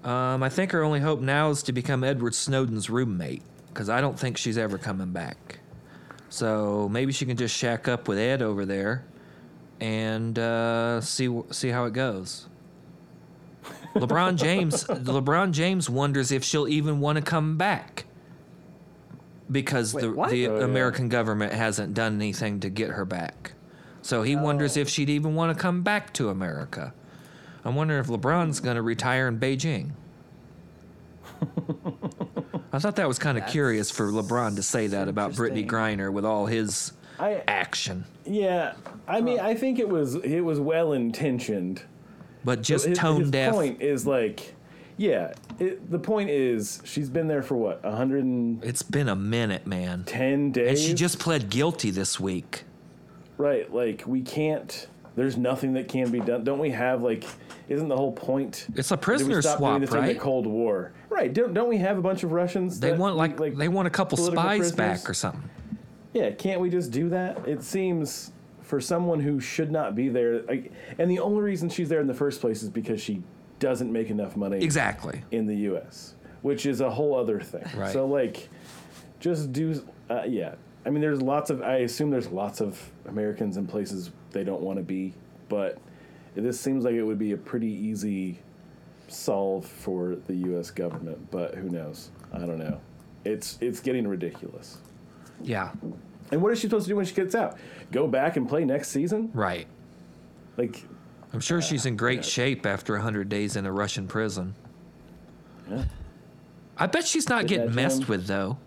Speaker 2: Um, I think her only hope now is to become Edward Snowden's roommate, because I don't think she's ever coming back. So maybe she can just shack up with Ed over there, and uh, see wh- see how it goes. LeBron James LeBron James wonders if she'll even want to come back because
Speaker 1: Wait,
Speaker 2: the
Speaker 1: what?
Speaker 2: the
Speaker 3: Oh, yeah.
Speaker 2: American government hasn't done anything to get her back. So he wonders if she'd even want to come back to America. I'm wondering if LeBron's going to retire in Beijing. I thought that was kind of curious for LeBron to say that about Brittany
Speaker 1: interesting.
Speaker 2: Griner with all his
Speaker 3: I
Speaker 2: action,
Speaker 3: yeah. I mean, I think it was it was well intentioned.
Speaker 2: but just
Speaker 3: his,
Speaker 2: tone
Speaker 3: his
Speaker 2: deaf.
Speaker 3: point is like, yeah. It, the point is, she's been there for what 110
Speaker 2: It's been a minute, man.
Speaker 3: days.
Speaker 2: And she just pled guilty this week.
Speaker 3: Right, like we can't. There's nothing that can be done. Don't we have like? Isn't the whole point?
Speaker 2: It's a
Speaker 3: Did
Speaker 2: prisoner
Speaker 3: we stop
Speaker 2: swap,
Speaker 3: doing this in
Speaker 2: right?
Speaker 3: the Cold War? Right. Don't, don't we have a bunch of Russians?
Speaker 2: They
Speaker 3: that-
Speaker 2: want like, they want a couple
Speaker 3: political
Speaker 2: spies
Speaker 3: prisoners?
Speaker 2: back or something.
Speaker 3: Yeah. Can't we just do that? It seems for someone who should not be there, like, and the only reason she's there in the first place is because she doesn't make enough money
Speaker 2: Exactly.
Speaker 3: in the U.S., which is a whole other thing.
Speaker 2: Right.
Speaker 3: So like, just do. Uh, yeah. I mean, there's lots of. I assume there's lots of Americans in places they don't want to be, but this seems like it would be a pretty easy solve for the U.S. government. But who knows? I don't know. It's it's getting ridiculous.
Speaker 2: Yeah.
Speaker 3: And what is she supposed to do when she gets out? Go back and play next season?
Speaker 2: Right.
Speaker 3: Like,
Speaker 2: I'm sure she's in great shape after 100 days in a Russian prison.
Speaker 3: Yeah.
Speaker 2: I bet she's not
Speaker 3: Good
Speaker 2: getting
Speaker 3: catch,
Speaker 2: messed
Speaker 3: Em.
Speaker 2: with, though.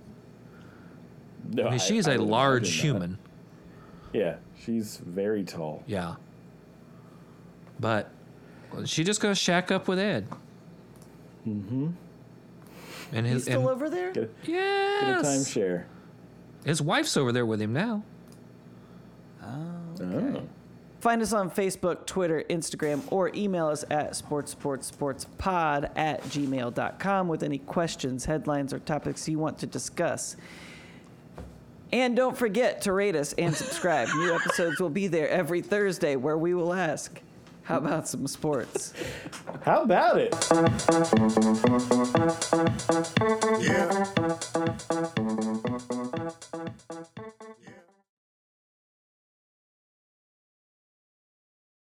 Speaker 3: no,
Speaker 2: I mean, she's a
Speaker 3: a
Speaker 2: large human.
Speaker 3: Yeah, she's very tall.
Speaker 2: Yeah. But she just goes shack up with Ed. Mm-hmm. And his
Speaker 1: He's still
Speaker 2: and-
Speaker 1: over there?
Speaker 3: Get a, get a
Speaker 2: yes,
Speaker 3: timeshare.
Speaker 2: his wife's over there with him now.
Speaker 3: Oh.
Speaker 1: Find us on Facebook, Twitter, Instagram, or email us at sportsportsportspod at gmail.com with any questions, headlines, or topics you want to discuss. And don't forget to rate us and subscribe. New episodes will be there every Thursday where we will ask, How about some sports?
Speaker 3: How about it?
Speaker 4: Yeah.